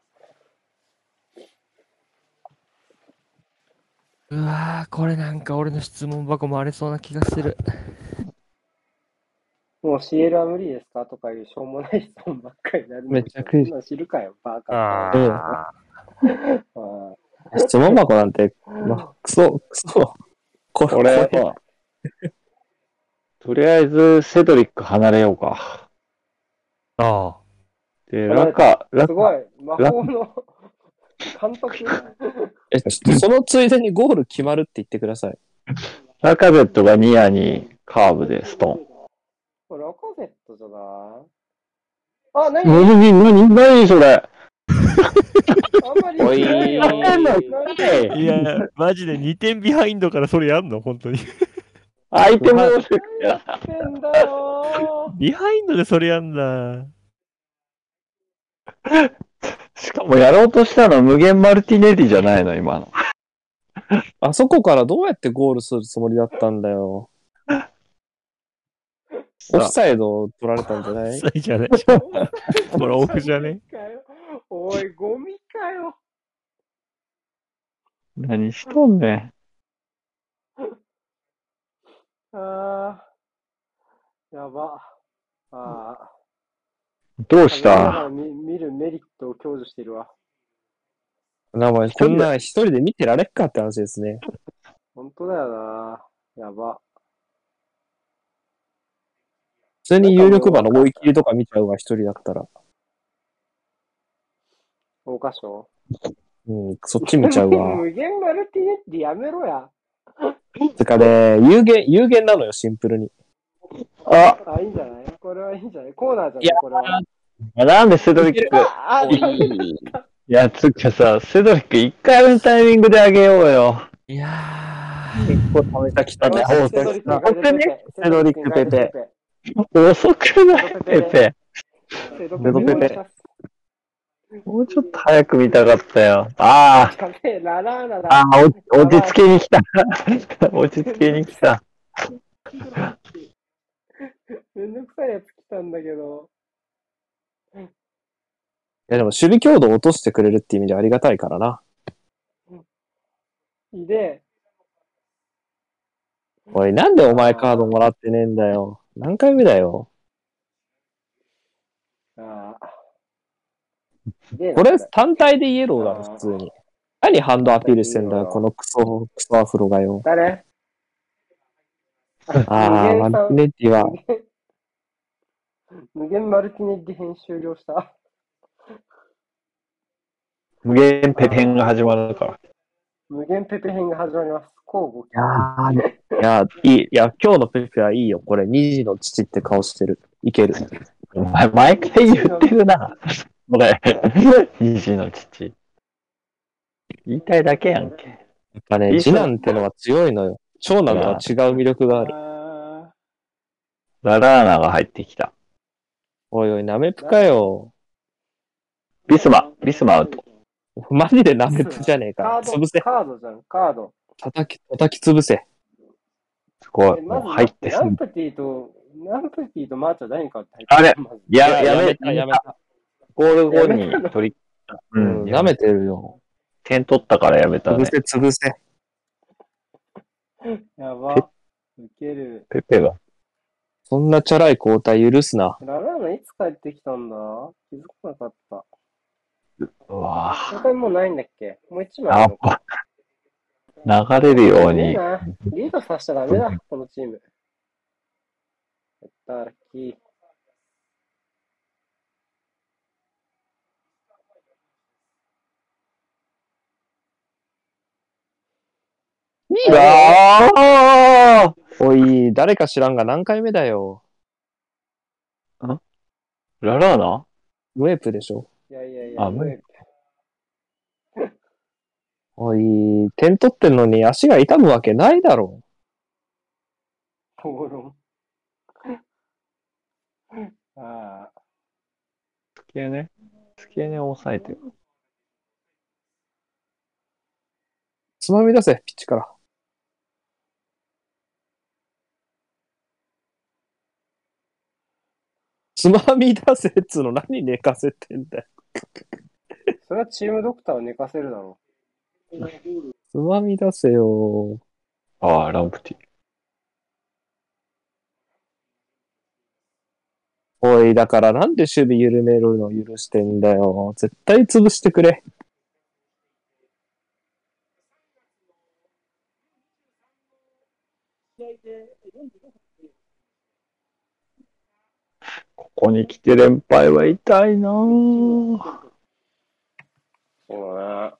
うわー、これなんか俺の質問箱も荒れそうな気がする。もう CL は無理ですかとかいうしょうもない質問ばっかりになるんだけどめちゃくちゃそんなん知るかよ、バカ。あーあ質問箱なんて、まあ、クソ、クソ。ここれ、まあとりあえず、セドリック離れようか。あ。ああ。で、ラカ、ーラすごカ、い、魔法の監督。え、ちょっとそのついでにゴール決まるって言ってください。ラカベットがニアにカーブでストこれラカゼットじゃないあ、ーン。何何、何、何それあんまりおいないよやってんのないいや、マジで2点ビハインドからそれやんの本当に。アイテムをやってんだよビハインドでそれやんだ。しかもやろうとしたの無限マルティネリじゃないの、今の。あそこからどうやってゴールするつもりだったんだよ。オフサイド取られたんじゃないそれじゃ ね。これオフじゃね。おい、ゴミかよ。何しとんねん。ああ、やば。ああ。どうし食べながたら見見るメリットを享受してるわ。な、お前、こんなん一人で見てられっかって話ですね。本当だよな。やば。普通に有力馬の追い切りとか見ちゃうわ、一人だったら。大箇所うん、そっち見ちゃう わ。無限マルティネッティやめろや。てかね、有限、有限なのよ、シンプルに。あ、あ、いいんじゃないこれはいいんじゃないコーナーじゃいやないこれは。なんでセドリック。あ、あ、ダメだいや、つうかさ、セドリック一回目のタイミングであげようよ。いや結構溜めたきたね。セドリックが出ててセドリックペペセドリックが出てて遅くない遅くないペペ。セドセドリックペが出ペててもうちょっと早く見たかったよ。あやべえ、ララーナあ、あだ。あ、お落ち着けに来た。 落ち着けに来た。めんどくさいやつ来たんだけど。いやでも守備強度を落としてくれるって意味ではありがたいからな。で、おい、なんでお前カードもらってねえんだよ。何回目だよ。ああ。すげえなこれ、単体でイエローだろ、普通に。何ハンドアピールしてんだよ、このクソ、クソアフロが よ。誰あー、マルティネッティは、無限マルティネッリ編終了した。無限ペペンが始まるから。無限ペペ編が始まります。交互いやー、いや、いい、いや、今日のペペはいいよ。これ、2時の父って顔してる。いける。お前、毎回言ってるな。これ。 西の父。言いたいだけやんけ。やっぱね、次男ってのは強いのよ。長男とは違う魅力がある。あララーナが入ってきた。おいおい、ナメプかよ。ビスマ、ビスマアウト。 マジでナメプじゃねえーカか。ード潰せ。カードじゃん、カード。叩き、叩き潰せ。すごい。えもまうず入ってすナぐン。プティと、ナンプティとマーチャー誰に買って入ってあれまずや、やめた、やめた。た。ゴール後に取り、ううん、舐めてるよ。点取ったからやめた潰ね。せ、潰せ。やば。ウケる。ペペが。そんなチャラい交代許すな。ララーナいつ帰ってきたんだ気づかなかった。うわぁ。他にもうないんだっけもう一枚あやるっのか。ぱ、流れるよういいに。な。リードさせちゃダメだ、このチーム。やった、ラッキー。いいなおい、誰か知らんが何回目だよ。ララーナウェープでしょ。いやいやいや。あ無理おい、点取ってんのに足が痛むわけないだろ。討論。 ああ、スケネスケネを抑えてる。つまみ出せ、ピッチから。つまみ出せっつうの何寝かせてんだよ。それはチームドクターを寝かせるだろつまみ出せよ。ああ、ランプティ。おい、だからなんで守備緩めるの許してんだよ。絶対潰してくれ。ここに来て連敗は痛いなぁ。う。そうだな。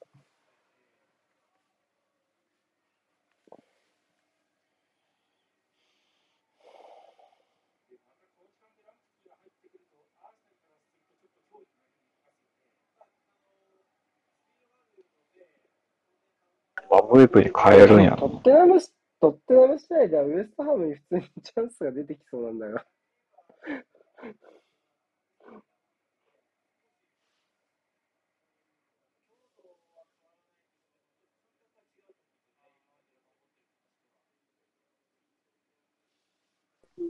バブエプに変えるんやトッテナムス、トッテナム試合ではウエストハムに普通にチャンスが出てきそうなんだが。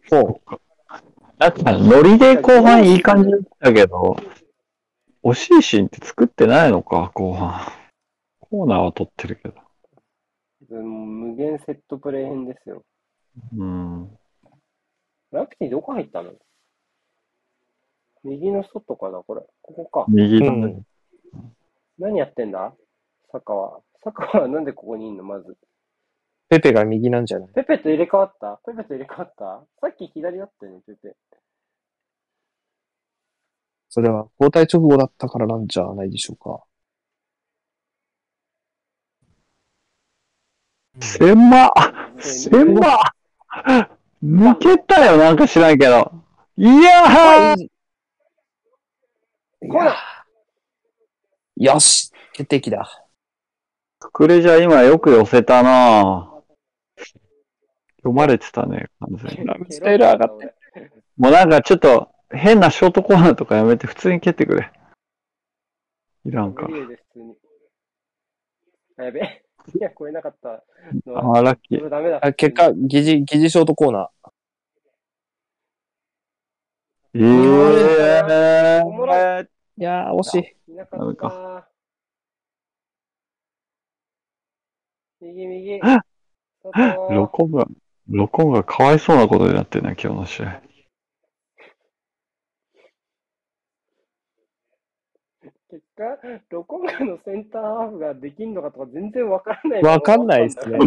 そうか。なんか、ノリで後半いい感じだったけど、惜しいシーンって作ってないのか、後半。コーナーは取ってるけど。もう無限セットプレー編ですよ。うん。ラピティどこ入ったの右の外かなこれ。ここか。右だうね。何やってんだ坂は。坂はなんでここにいんのまず。ペペが右なんじゃないペペと入れ替わったペペと入れ替わったさっき左だったよね、ペペ。それは交代直後だったからなんじゃないでしょうか。狭っ狭っ抜けたよ、なんか知らんけど。いやーいやよし決定機だ。クレジャー今よく寄せたなぁ読まれてたね、完全に。スタイル上がってて。もうなんかちょっと変なショートコーナーとかやめて普通に蹴ってくれ。いらんか無。理で普通に。あやべ。いや、超えなかったのは。ああ、ラッキこー。れダメだ。あ結果、疑似、疑似ショートコーナー。ええおもろー。いやー、惜しい。いなかったな。右、右。あ外 ロコブラン。ロコンがかわいそうなことになってるな、今日の試合。結果、ロコンガのセンターハーフができんのかとか全然わからない。わかんないですね。。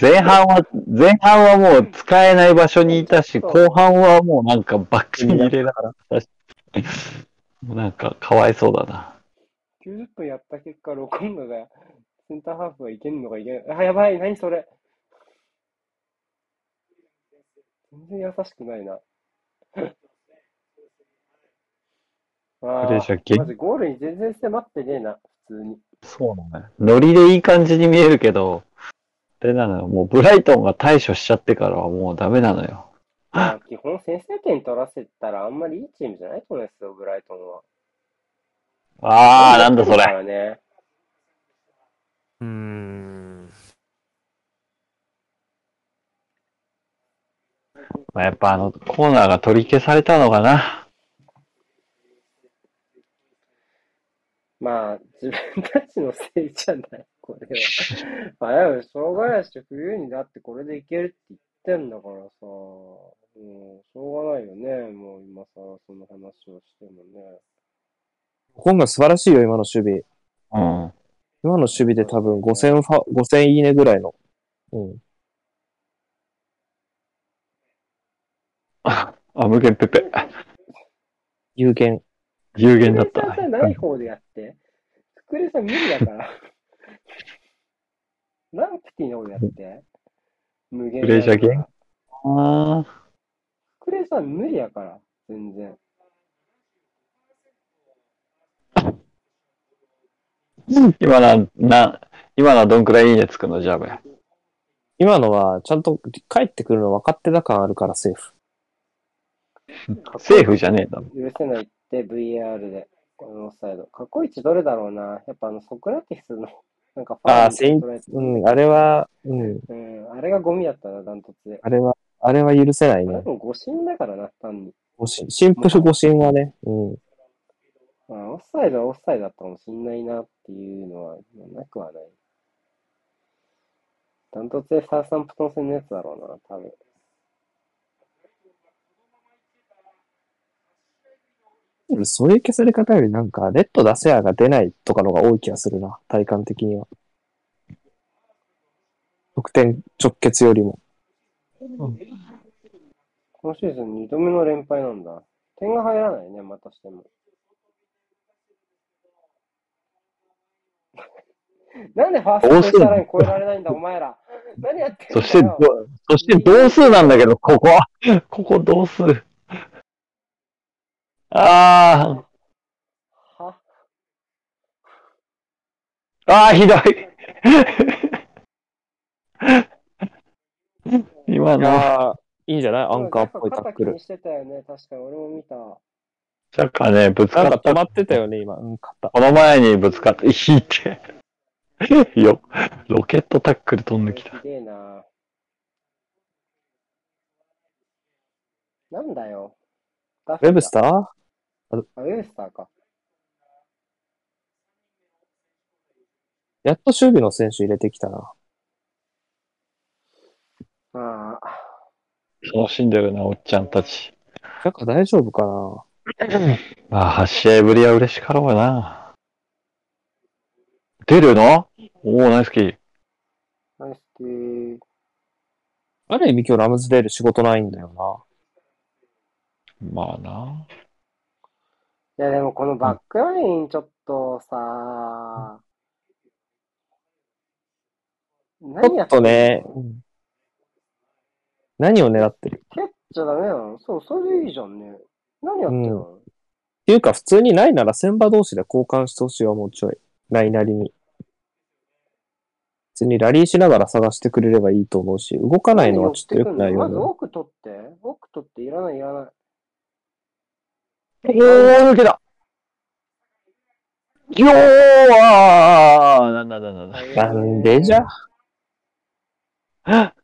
前半は、前半はもう使えない場所にいたし、後半はもうなんかバックに入れながら。もうなんかかわいそうだな。 90分やった結果、ロコンガがセンターハーフがいけんのかいけない。あ、やばい、何それ。全然優しくないな。 あクレーシア激ーまずゴールに全然迫ってねえな、普通に。そうなのね。ノリでいい感じに見えるけど、あれなのよ。もうブライトンが対処しちゃってからはもうダメなのよ。まあ基本先制点取らせたらあんまりいいチームじゃないと思いますよ、ブライトンは。ああ、なんだそだれか。らね、うーん。まあ、やっぱあのコーナーが取り消されたのかな。まあ、自分たちのせいじゃない、 これは。まあ、でも、しょうがないし、冬になってこれでいけるって言ってんだからさ、もう、しょうがないよね、もう今さ、その話をしてもね。今が素晴らしいよ、今の守備。うん。今の守備で多分5000ファ、5000いいねぐらいの。うん。あ、無限ペペ。有限。有限だっ福たさん。さ、ない方でやって。福留さん無理だから。 ランプティの方でやって。無限クレーシアだから元ああ。クレイさん無理やから、全然。今な、な、今のはどんくらいいいねつくのじゃあ、べ。今のは、ちゃんと帰ってくるの分かってた感あるからセーフ。セーフじゃねえんだ。許せないって VAR で、このオフサイド。過去一どれだろうな。やっぱあの、ソクラティスの、なんかファああ、ウセイルンに取られて、うん、あれは、うん、うん、あれがゴミだったな、ダントツで。あれは、あれは許せないあれね。も誤審だからな、単に。誤審シンプル誤審はね、うん。まあ、オフサイドはオフサイドだったかもしんないなっていうのは、なくはない。ダントツでサーサンプトン戦のやつだろうな、多分。そういう消され方よりなんか、レッド出せやが出ないとかのが多い気がするな、体感的には。得点直結よりも。今シーズン2度目の連敗なんだ。点が入らないね、またしても。 なんでファーストセンターライン超えられないんだ、お前ら。何やってんだそして、どよ。そして同数なんだけど、こ こ。ここ同数。あはあ、ああ、ひどい。 今いの、やーいいんじゃないアンカーっぽいタックなんか肩気にル。してたよね、確かに俺も見た。チャカね、ぶつなかんかっ止た。まってたよね、今。うん、勝った。この前にぶつかった。引いて。 よ、ロケットタックル飛んできた。ひでえな。なんだよ。ダフウィェーブだスターあウェブスターか。やっと守備の選手入れてきたな。ああ。楽しんでるな、おっちゃんたち。なんか大丈夫かなまあ、8試合ぶりは嬉しかろうな。出るのおお、ナイスキー。ナイスティー。ある意味今日ラムズデール仕事ないんだよな。まあな。いやでもこのバックラインちょっとさ、何ちょやっってんとのね、何を狙ってるっ蹴っちゃダメなのそう、それでいいじゃんね。何やってんの、ていうか普通にないなら千場同士で交換してほしいわ、もうちょい。ないなりに。別にラリーしながら探してくれればいいと思うし、動かないのはちょっと良くないまずよ奥取って。奥取っていらないいらない。おー、抜けた。よーあー、なんだなんだなんだ。ね。なんでじゃ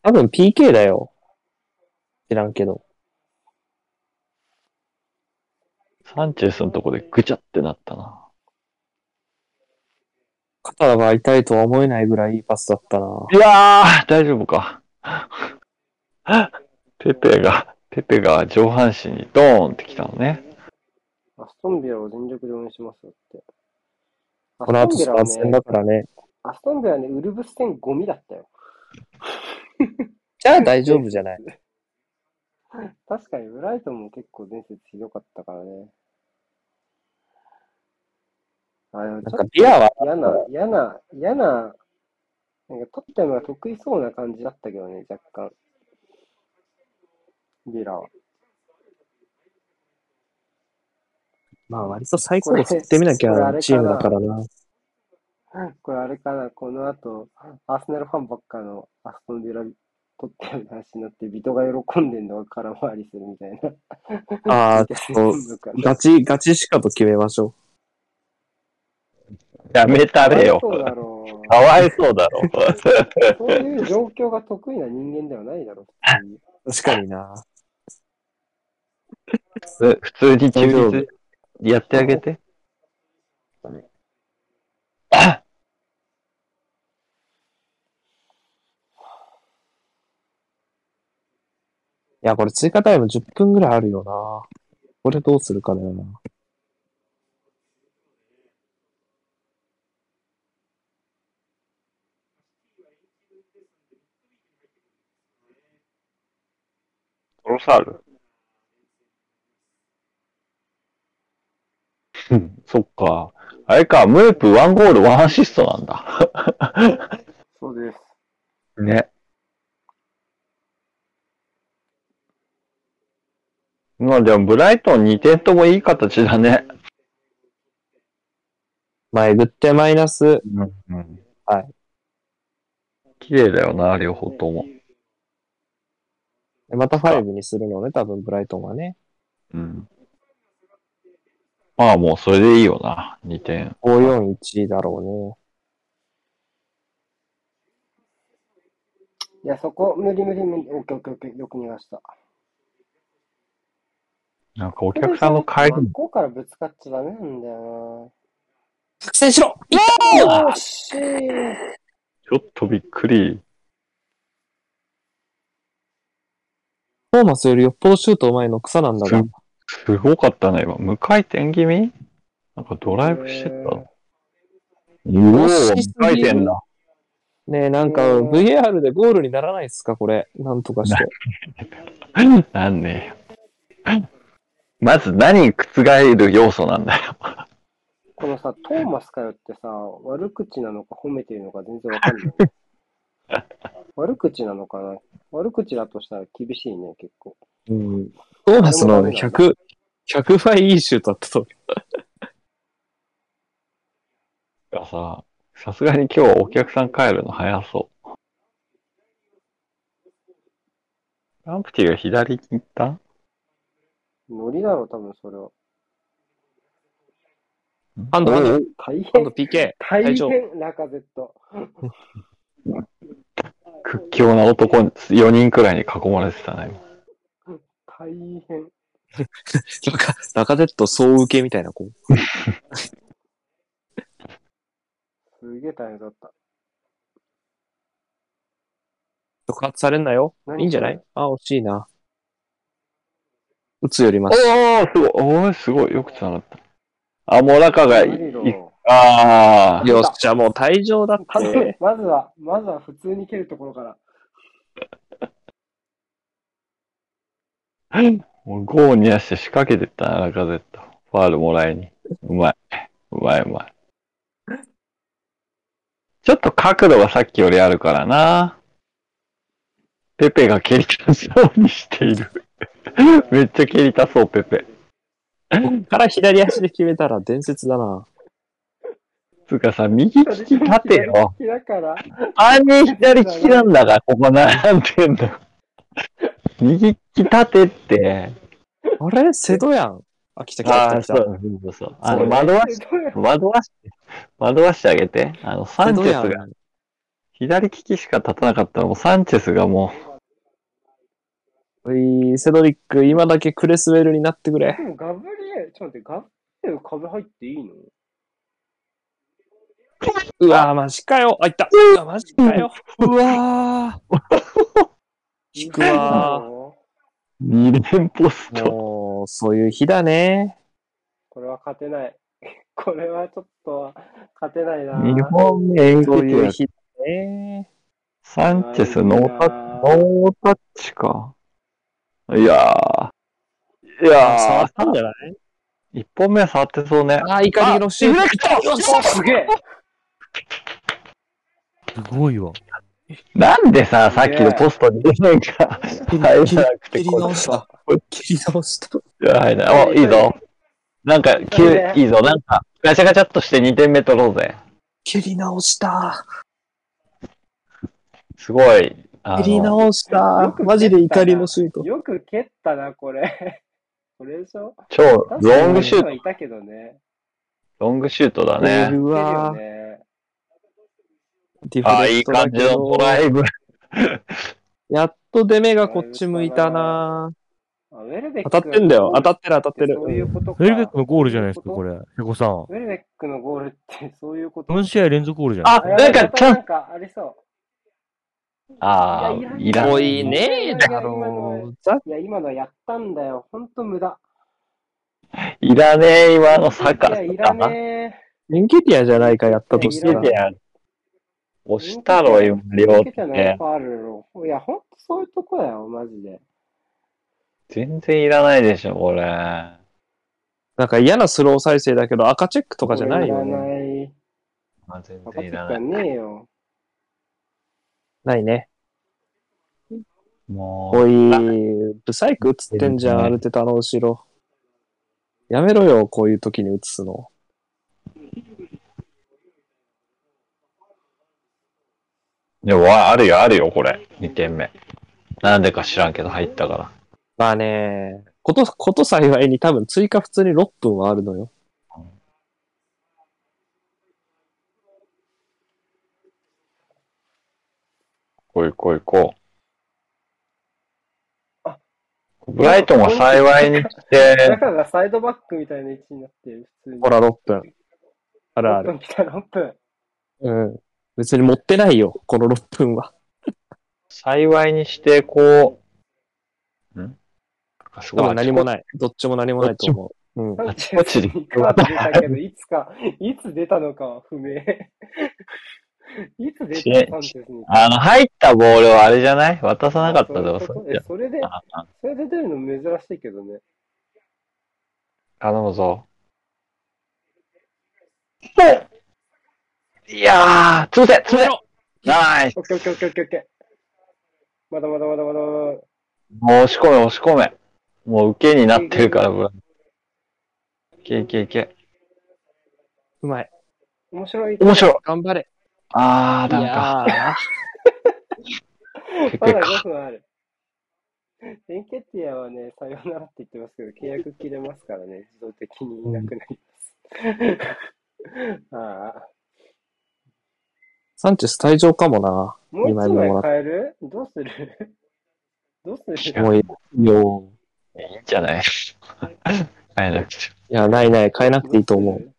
多分 PK だよ。知らんけど。サンチェスのとこでぐちゃってなったな。肩が痛いとは思えないぐらいいいパスだったな。いやー、大丈夫か。ペペが、ペペが上半身にドーンってきたのね。アストンビラを全力で応援しますだって。アこの後ストンスビラはパーズ戦だね、からね。アストンビラはね、ウルブス戦ゴミだったよ。じゃあ大丈夫じゃない。確かにブライトンも結構伝説ひどかったからね。あでもちょなんっかビアは、と嫌な、嫌な、嫌な、なんかトッテナムが得意そうな感じだったけどね、若干。ビラは。まあ割とサイコロ振ってみなきゃこれあれかなチームだからな。これあれかな、この後、アーセナルファンばっかのアストンビラ取ってる話になって、ビトが喜んでんのが空回りするみたいな。ああ、ちょっガチ、ガチしかと決めましょやめたれよ。そうだろう。かわいそ うだろ。そういう状況が得意な人間ではないだろう、普通に。う。確かにな。普通に休日やってあげて。いや、これ追加タイム10分ぐらいあるよな。これどうするかだよな。トロサールうんそっか。あれか、ムープワンゴールワンアシストなんだ。そうです。 ね。まあでも、ブライトン2点ともいい形だね。まあ、えぐってマイナス。うん。はい。綺麗だよな、両方とも。また5にするのね、多分ブライトンはね。うん。まあもう、それでいいよな、2点。 541だろいや、そこ、無理無理無理。オッケーオッケーオッケー。よく逃がした。なんかお客さんの帰真っり向からぶつかっちゃダメなんだようね。苦戦しろな。よーしーちょっとびっくり。トーマスよりよっぽどシュート前の草なんだが。すごかったね、今。無回転気味なんかドライブしてた。えよーー惜しすぎる無回転だ。ねえ、なんかうん VAR でゴールにならないっすか、これ。なんとかして。なんねえまず何覆る要素なんだよ。このさ、トーマスかよってさ、悪口なのか褒めてるのか全然わかん ない。悪口なのかな悪口だとしたら厳しいね、結構。うん。トーマスのね、でもダメなん100、100倍いいシュートだったと思う。がさ、さすがに今日はお客さん帰るの早そう。ランプティが左に行ったノリだろ、多分それは。ハンド、ハンド、大ハンド変、 PK。大隊長変、ラカゼット。屈強な男に4人くらいに囲まれてたね。大変。なんか、中ゼット総受けみたいな、こう。すげえ大変だった。触発されんなよ。何いいんじゃないあ、惜しいな。打つよりおまし。ー、すごい。おー、すごい。よく繋がった。あ、もう中がいマリロい。あー。よっしゃ、もう退場だっまずて。まずは、まずは普通に蹴るところから。もうゴーにやして仕掛けてったな、中ゼット。ファールもらいに。うまい。うまいうまい。ちょっと角度がさっきよりあるからな。ペペが蹴りたそうにしている。 めっちゃ蹴りたそう、ペペ。から左足で決めたら伝説だな。つうかさ、右利き立てよ。左利きだから、あんに左利きなんだから、ここ並んでんの。右利き立てって。あれ瀬戸やん。あ、来た来た来た来た。うそうそう。あその、う惑わしどうや惑わして、惑わしてあげて。あの、サ瀬ンチ戸ェやスん。が、左利きしか立たなかったのも、サンチェスがもういセドリック、今だけクレスウェルになってくれで。もガブリエル、ちょっと待って、ガブリエル株入っていいのうわぁ、マジかよ。あ、いった。うわ、マジかよ。うわ引くわ。二連ポスト。もう、そういう日だね。これは勝てない。 これはちょっと勝てないな。二本目演そういう技日だね。サンチェスノータッチ、ノータッチか。いやー。い触やったんじゃないー、一本目は触ってそうね。あ、怒りのシュート。すげえすごいわ。なんでさ、さっきのポストになんか、入らなくて、切りこ直れしさた。。切り直した。いや入らないお、いいぞ。なんか、きゅういいぞ。なんか、ガチャガチャっとして2点目取ろうぜ。蹴り直した。すごい。あ蹴りの、直した。マジで怒りのシュート。よく蹴ったな、これ。これでしょ超ロングシュート、いたけどね。ロングシュートだね。う蹴るよわね。ディフああ、レいクトいだ感けじどのドライブ。やっと出目がこっち向いたなあウェルベック当たってんだよ。当たってる当たってる。そういうことか。ウェルベックのゴールじゃないですか、そういうここれ。ヘコさん。と。ウェルベックのゴールってそういうこと。 4試合連続ゴールじゃん。あ、あやばなんいか、またチャンなス。んかありそう。ああ、いうら。ん多ん。おいいねえだろう。ざいや、今のやったんだよ。ほんと無駄。らねえ、今のサカいや、いらねエンケティアじゃないか、やったと押ししたてらて。やる。押したろ、今、え。両受け手てないね。ファールを。いや、ほんとそういうとこだよ、マジで。全然いらないでしょ、これ。なんか嫌なスロー再生だけど、赤チェックとかじゃないよこれね。らない。あ全分か然っいてらなたい。ねえよ。ないね。もう、おい、ブサイク映ってんじゃん、アルテタの後ろ。やめろよ、こういう時に映すの。いやわあるよ、あるよ、これ。2点目。なんでか知らんけど、入ったから。まあね、こと、こと幸いに多分追加普通に6分はあるのよ。こいこいこあう。ブライトンは幸いにして、中がサイドバックみたいな位置になってる、普通に。ほら、6分。あるあ6る。分来た、6分。うん。別に持ってないよ、この6分は。幸いにして、こう、んす多分何もい。ない。どっちも何もないと思う。うん。サンチちこェちスでにカード出たけど、いつか、いつ出たのかは不明。いつ出たのサンチェスに。あの、入ったボールはあれじゃない渡さなかったそういだうろ、こそとっちえそれで、ああそれで出るの珍しいけどね。頼むぞ。いやー、潰せ、潰せナイスオッケーオッケーオッケーオッケーオッケー。まだまだまだまだまだ。もう押し込め、押し込め。もう受けになってるから、ブラン。いけいけいけ。うまい。面白い。面白い。頑張れ。あー、ダメか。いやペまペだか。 5分ある。エンケティアはね、さようならって言ってますけど、契約切れますからね、自動的にいなくなります。ああ。サンチェス退場かもな。もう一二枚目もら枚っ変えるどうするどうするもういいよ。いいんじゃない会えなくて。いや、ないない。変えなくていいと思どうう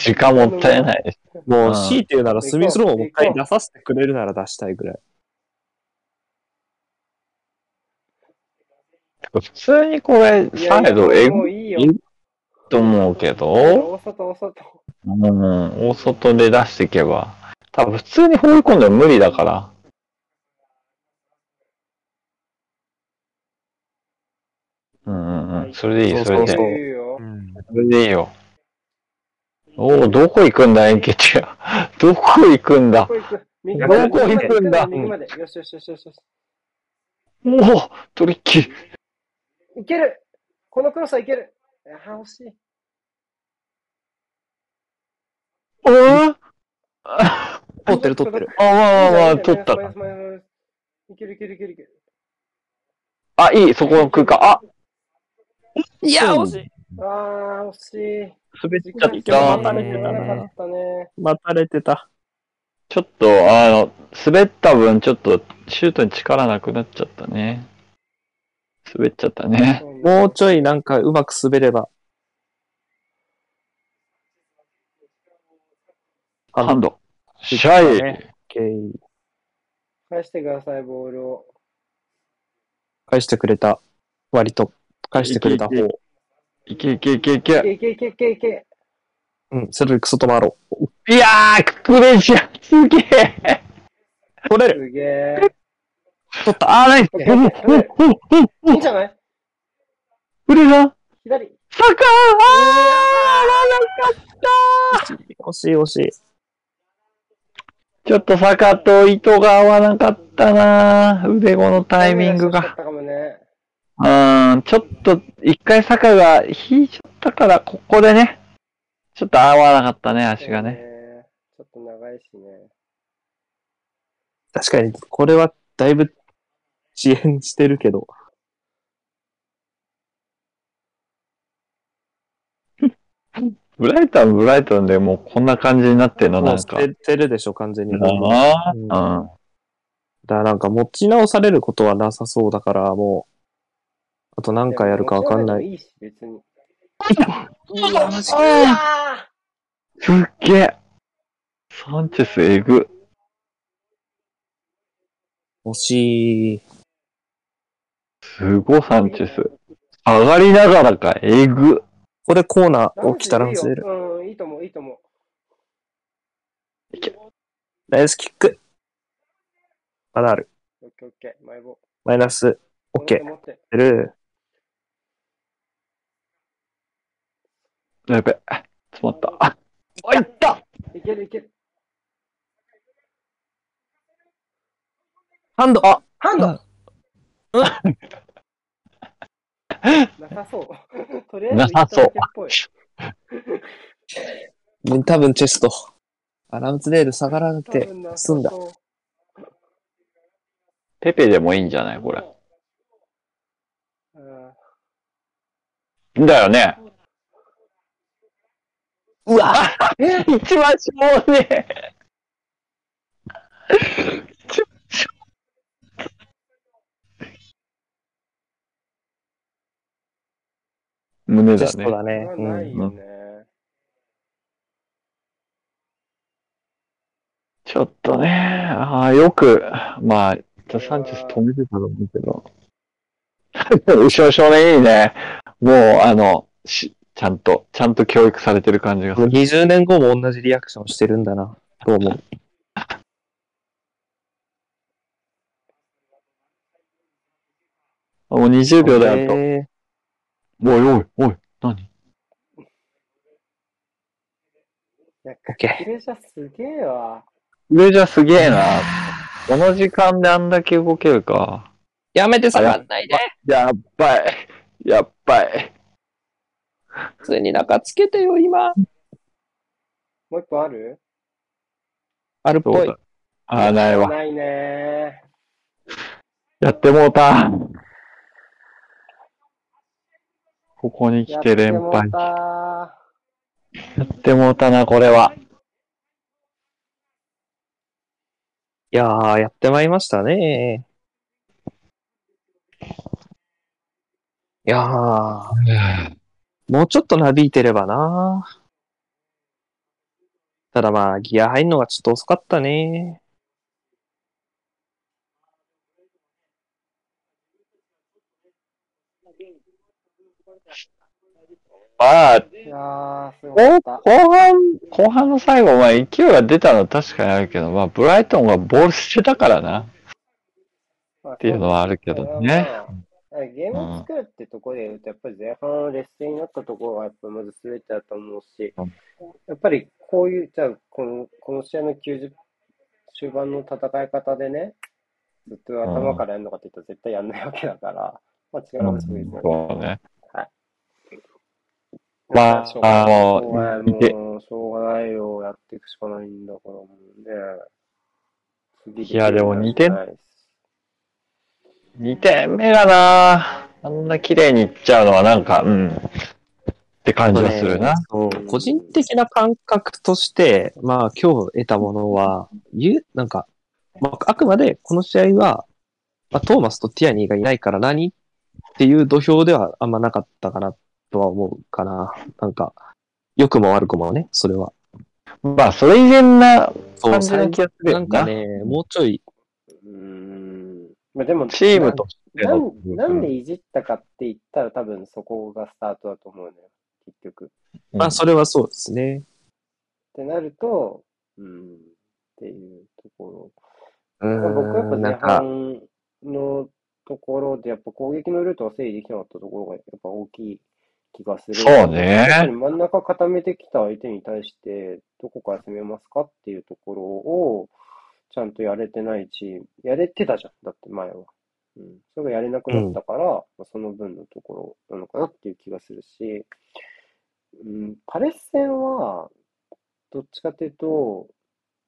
す。る時間もったいない。もうんう、強いて言うなら、スミスローをもう一回出させてくれるなら出したいぐらい。普通にこれ、いやサいイやド、えもぐういいいよ。と思うけど、大外、大外。うん、大外で出していけば。多分普通に放り込んでも無理だから。うんうんうん。それでいい、それそうで。言うよう。ん。それでいいよ。おお、どこ行くんだ、エンケチア。 どこ行くんどだ。こ行く右どまでこ行くんだ右まで右までよしよしよしよしよし。おお、トリッキー。いけるこのクロスはいけるああ、惜しい。おお あ、取ってる取ってる。まあまあまあ、取った。いけるいけるいけるいける。あ、いい、そこの空間。あ、いや、惜しい。ああ、惜しい。滑っ時ちゃ間っ使わたな。あかーったね。待たれてた。ちょっと、あの、滑った分、ちょっと、シュートに力なくなっちゃったね。滑っちゃったね。そうねもうちょいなんかうまく滑れば。あハンの、ド。シャイ。 OK 返してください、ボールを。返してくれた、割と、返してくれた方いけ。いけいけいけいけ。いけいけいけいけ。うん、それよりクソと回ろう。いやー、ククレジャー、すげえ。取れるすげえ。取った。あー、ナイス。うん、うん、うん、うん、いうんいんじゃないウレさん、左。サカーあー、なかった惜しい惜しい。ちょっとサカと糸が合わなかったなー腕後のタイミング出しちゃっが。たかもね。うーん、ちょっと、一回サカが引いちゃったから、ここでね。ちょっと合わなかったね、足がね。えー。ちょっと長いしね。確かに、これはだいぶ遅延してるけど。ブライトン、ブライトンでもうこんな感じになってんの、もなうん捨か。ててるでしょ、完全に。だもうだかなうんぁ。うん。らなんか持ち直されることはなさそうだから、もう、あと何回やるかわかんない。いいし、別に。すっげえ。サンチェスえぐ。惜しい。すごいサンチェス。上がりながらか、えぐ。これコーナー起きたら外れる。る。うん、いいと思う、いいと思う。ナイスキック。まだある。オッケーオッケー、マイボ。マイナス。オッケー。持って持って出る。やべ。詰まった。あ、あいったいけるいける。ハンド、あハンドうんなさそう。とりあえず、なさそ一旦だけっうぽい多分チェスト。アラムズレール下がらなく多て分なさ済んだ。そうペペでもいいんじゃないこれ。うんだよね。うわえ 一番しもうね。胸チェだスねト。だね。それうはんないよね。ちょっとね、ああ、よく、まあ、サンチェス止めてたと思うけど。 後ろ少年いいね。もう、あの、し、ちゃんと、ちゃんと教育されてる感じがすもうる。 20年後も同じリアクションしてるんだな。どうも。あ もう20秒だよ、あと。えおいおい、おい、何いや、ーオッケクレジャーすげえわ。上じゃすげえな。 この時間であんだけ動けるか。ー。やめて下がんない。ないでやっばい。やっばい。普通に中つけてよ、今。もう一個あるあるっぽい。ああ、ないわ。ないねやってもうた。ここにー。来て連やっ敗ても。うやってもうたな、これは。いやー、やってまいりましたね。いやー、もうちょっとなびいてればな。ただまあ、ギア入るのがちょっと遅かったね。まあ、たーいやー、すごかおった。後半、後半の最後、まあ勢いが出たのは確かにあるけど、まあブライトンがボールしてたからな、っていうのはあるけどね。まあ。ゲームを作るってところで言うと、やっぱり前半劣勢になったところがやっぱまず全てだと思うしうん、やっぱりこういう、じゃあこの、この試合の90終盤の戦い方でね、ずっと頭からやるのかって言ったら絶対やんないわけだから、まあ力不足ですよね。そうね。まあ、しょうがないあのしょうがない見てもう、しょうがないよ、やっていくしかないんだから、もうね。次いやでも似てんないし2点目がな、あんな綺麗にいっちゃうのはなんか、うん、って感じがするな。そう個人的な感覚として、まあ今日得たものは、ゆなんか、まあ、あくまでこの試合は、まあ、トーマスとティアニーがいないから何っていう土俵ではあんまなかったかなとは思うかな。なんか、良くも悪くもね、それは。まあ、それ以前なそう感じの気がするなよんかね、もうちょい、うーん。まあでも、チームとしなんうんなんでいじったかって言ったら多分そこがスタートだと思うのよ、結局。っまあ、それはそうですね。てなると、うん、っていうとこうろ。僕はやっぱん、な前んか、半のところで、やっぱ攻撃のルートが整理できなかったところがやっぱ大きい気がする。そうねやっぱり真ん中固めてきた相手に対して、どこから攻めますかっていうところを、ちゃんとやれてないチーム、やれてたじゃん、だって前は。うん、それがやれなくなったから、まあその分のところなのかなっていう気がするし、うん、パレス戦は、どっちかというと、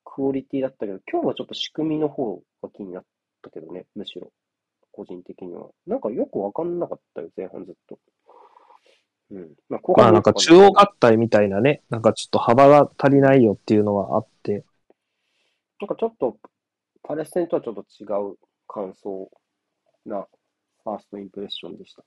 クオリティだったけど、今日はちょっと仕組みの方が気になったけどね、むしろ、個人的には。なんかよくわかんなかったよ、前半ずっと。うん。まあ、後まもあ、なよんくわかか中央合体みたいなね、なんかちょっと幅が足りないよっていうのはあって、なんかちょっと、パレス戦とはちょっと違う感想な、ファーストインプレッションでした。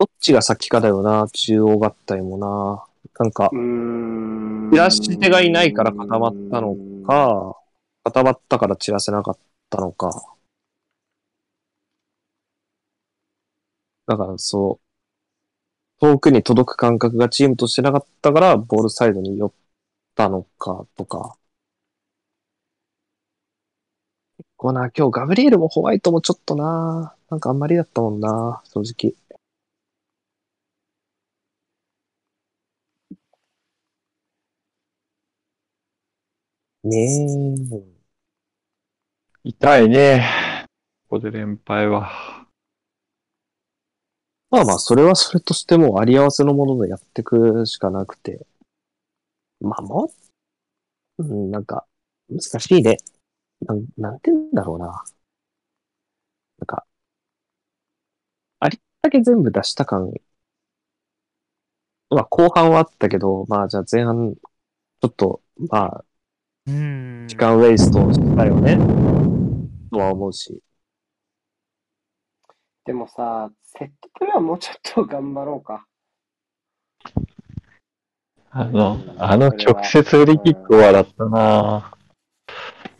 どっちが先かだよな、中央合体もな。なんか、ん散らし手がいないから固まったのか、固まったから散らせなかったのか。だからそう、遠くに届く感覚がチームとしてなかったから、ボールサイドに寄ったのかとか。結構な、今日ガブリエルもホワイトもちょっとな、なんかあんまりだったもんな、正直。ねえ。痛いね。ここで連敗は。まあまあ、それはそれとしてもうあり合わせのものでやってくしかなくて。まあもう、うん、なんか、難しいね。なん、なんて言うんだろうな。なんか、ありったけ全部出した感は後半はあったけど、まあじゃあ前半、ちょっと、まあ、うん時間ウェイストしたよね。とは思うし。でもさ、セットプレーはもうちょっと頑張ろうか。あのう、んあの直接フリーキックはだったな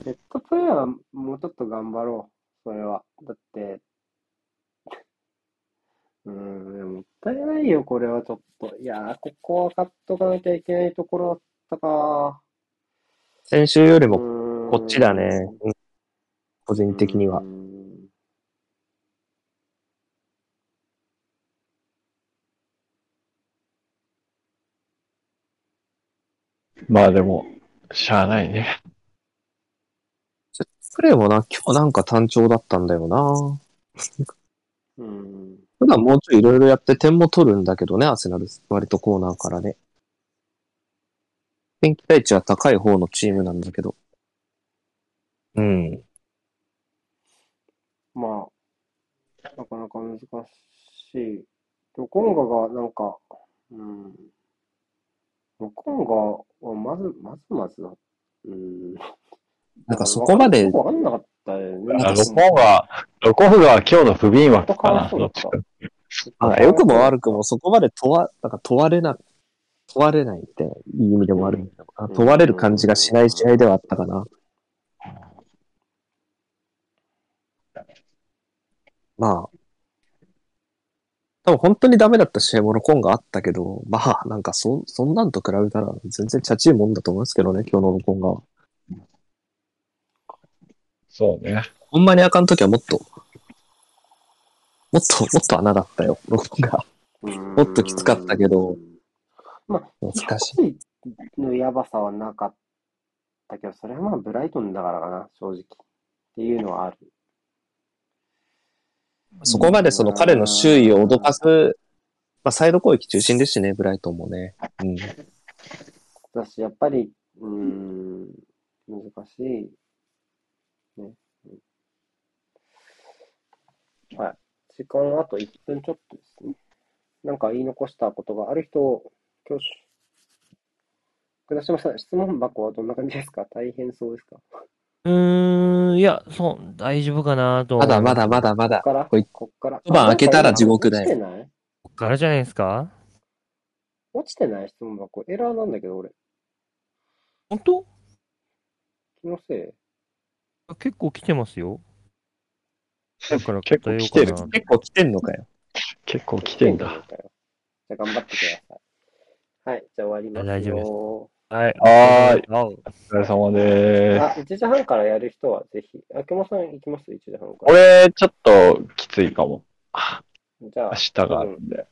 セットプレーはもうちょっと頑張ろう。それは。だって、 うーん、でももったいないよ、これはちょっと。いやー、ここは買っとかなきゃいけないところだったか。先週よりうもーんこっちだね。。うん個人的にはう。んまあでも、しゃあないね。プレイもな、今日なんか単調だったんだよな。うん。普段もうちょいいろいろやって点も取るんだけどね、アーセナル、割とコーナーからね。天気対値は高い方のチームなんだけど。うん。まあ、なかなか難しい。ドコンガがなんか、うん、ドコンガはまず、まずまずだ。うん、なんかそこまでわ、かんなかったよね。あロコフが、ロコフが今日の不憫枠かな。そうだどっっちたか。あ良くも悪くもそこまで問わ、なんか問われな、問われないみたいな、いい意味でもあるんだけどな、うん問われる感じがしない試合ではあったかな。まあ、多分本当にダメだった試合もロコンがあったけど、まあ、なんかそ、そんなんと比べたら全然チャチいもんだと思うんですけどね、今日のロコンがは。そうね。ほんまにあかんときはもっと、もっと、もっと穴だったよ、ロコンが。ももっときつかったけど。難しい。い。のやばさはなかったけど、それはまあブライトンだからかな、正直。っていうのはある。そこまでその彼の周囲を脅かす、まあ、サイド攻撃中心ですしね、ブライトンもね。うん。だし、やっぱり、うーん、難しい。ね。うんはい。時間はあと1分ちょっとですね。なんか言い残したことがある人、挙手。倉島さん、質問箱はどんな感じですか大変そうですかうーん、いや、そう、大丈夫かなと。まだまだまだだ。まこだっ。からこいこっから。一晩開けたら地獄だあなよんか今落ちてないこっからじゃないですか落ちてない質問箱。エラーなんだけど、俺。本当気のせい。結構来てますよ。だから結構来てる答えようかな結構来てんのかよ。結構来てんだ。じゃあ頑張ってください。はい、じゃあ終わりますよ。大丈はい。はーい青お疲れ様でーす。あ、1時半からやる人はぜひ。あけもさん行きます ?1 時半から。俺、ちょっときついかも。じゃあ明、日があるんで。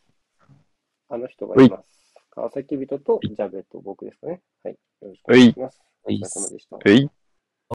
あの人がいます。川崎人とジャベと僕ですかね。はい。よろしくお願いします。お疲れ様でした。えい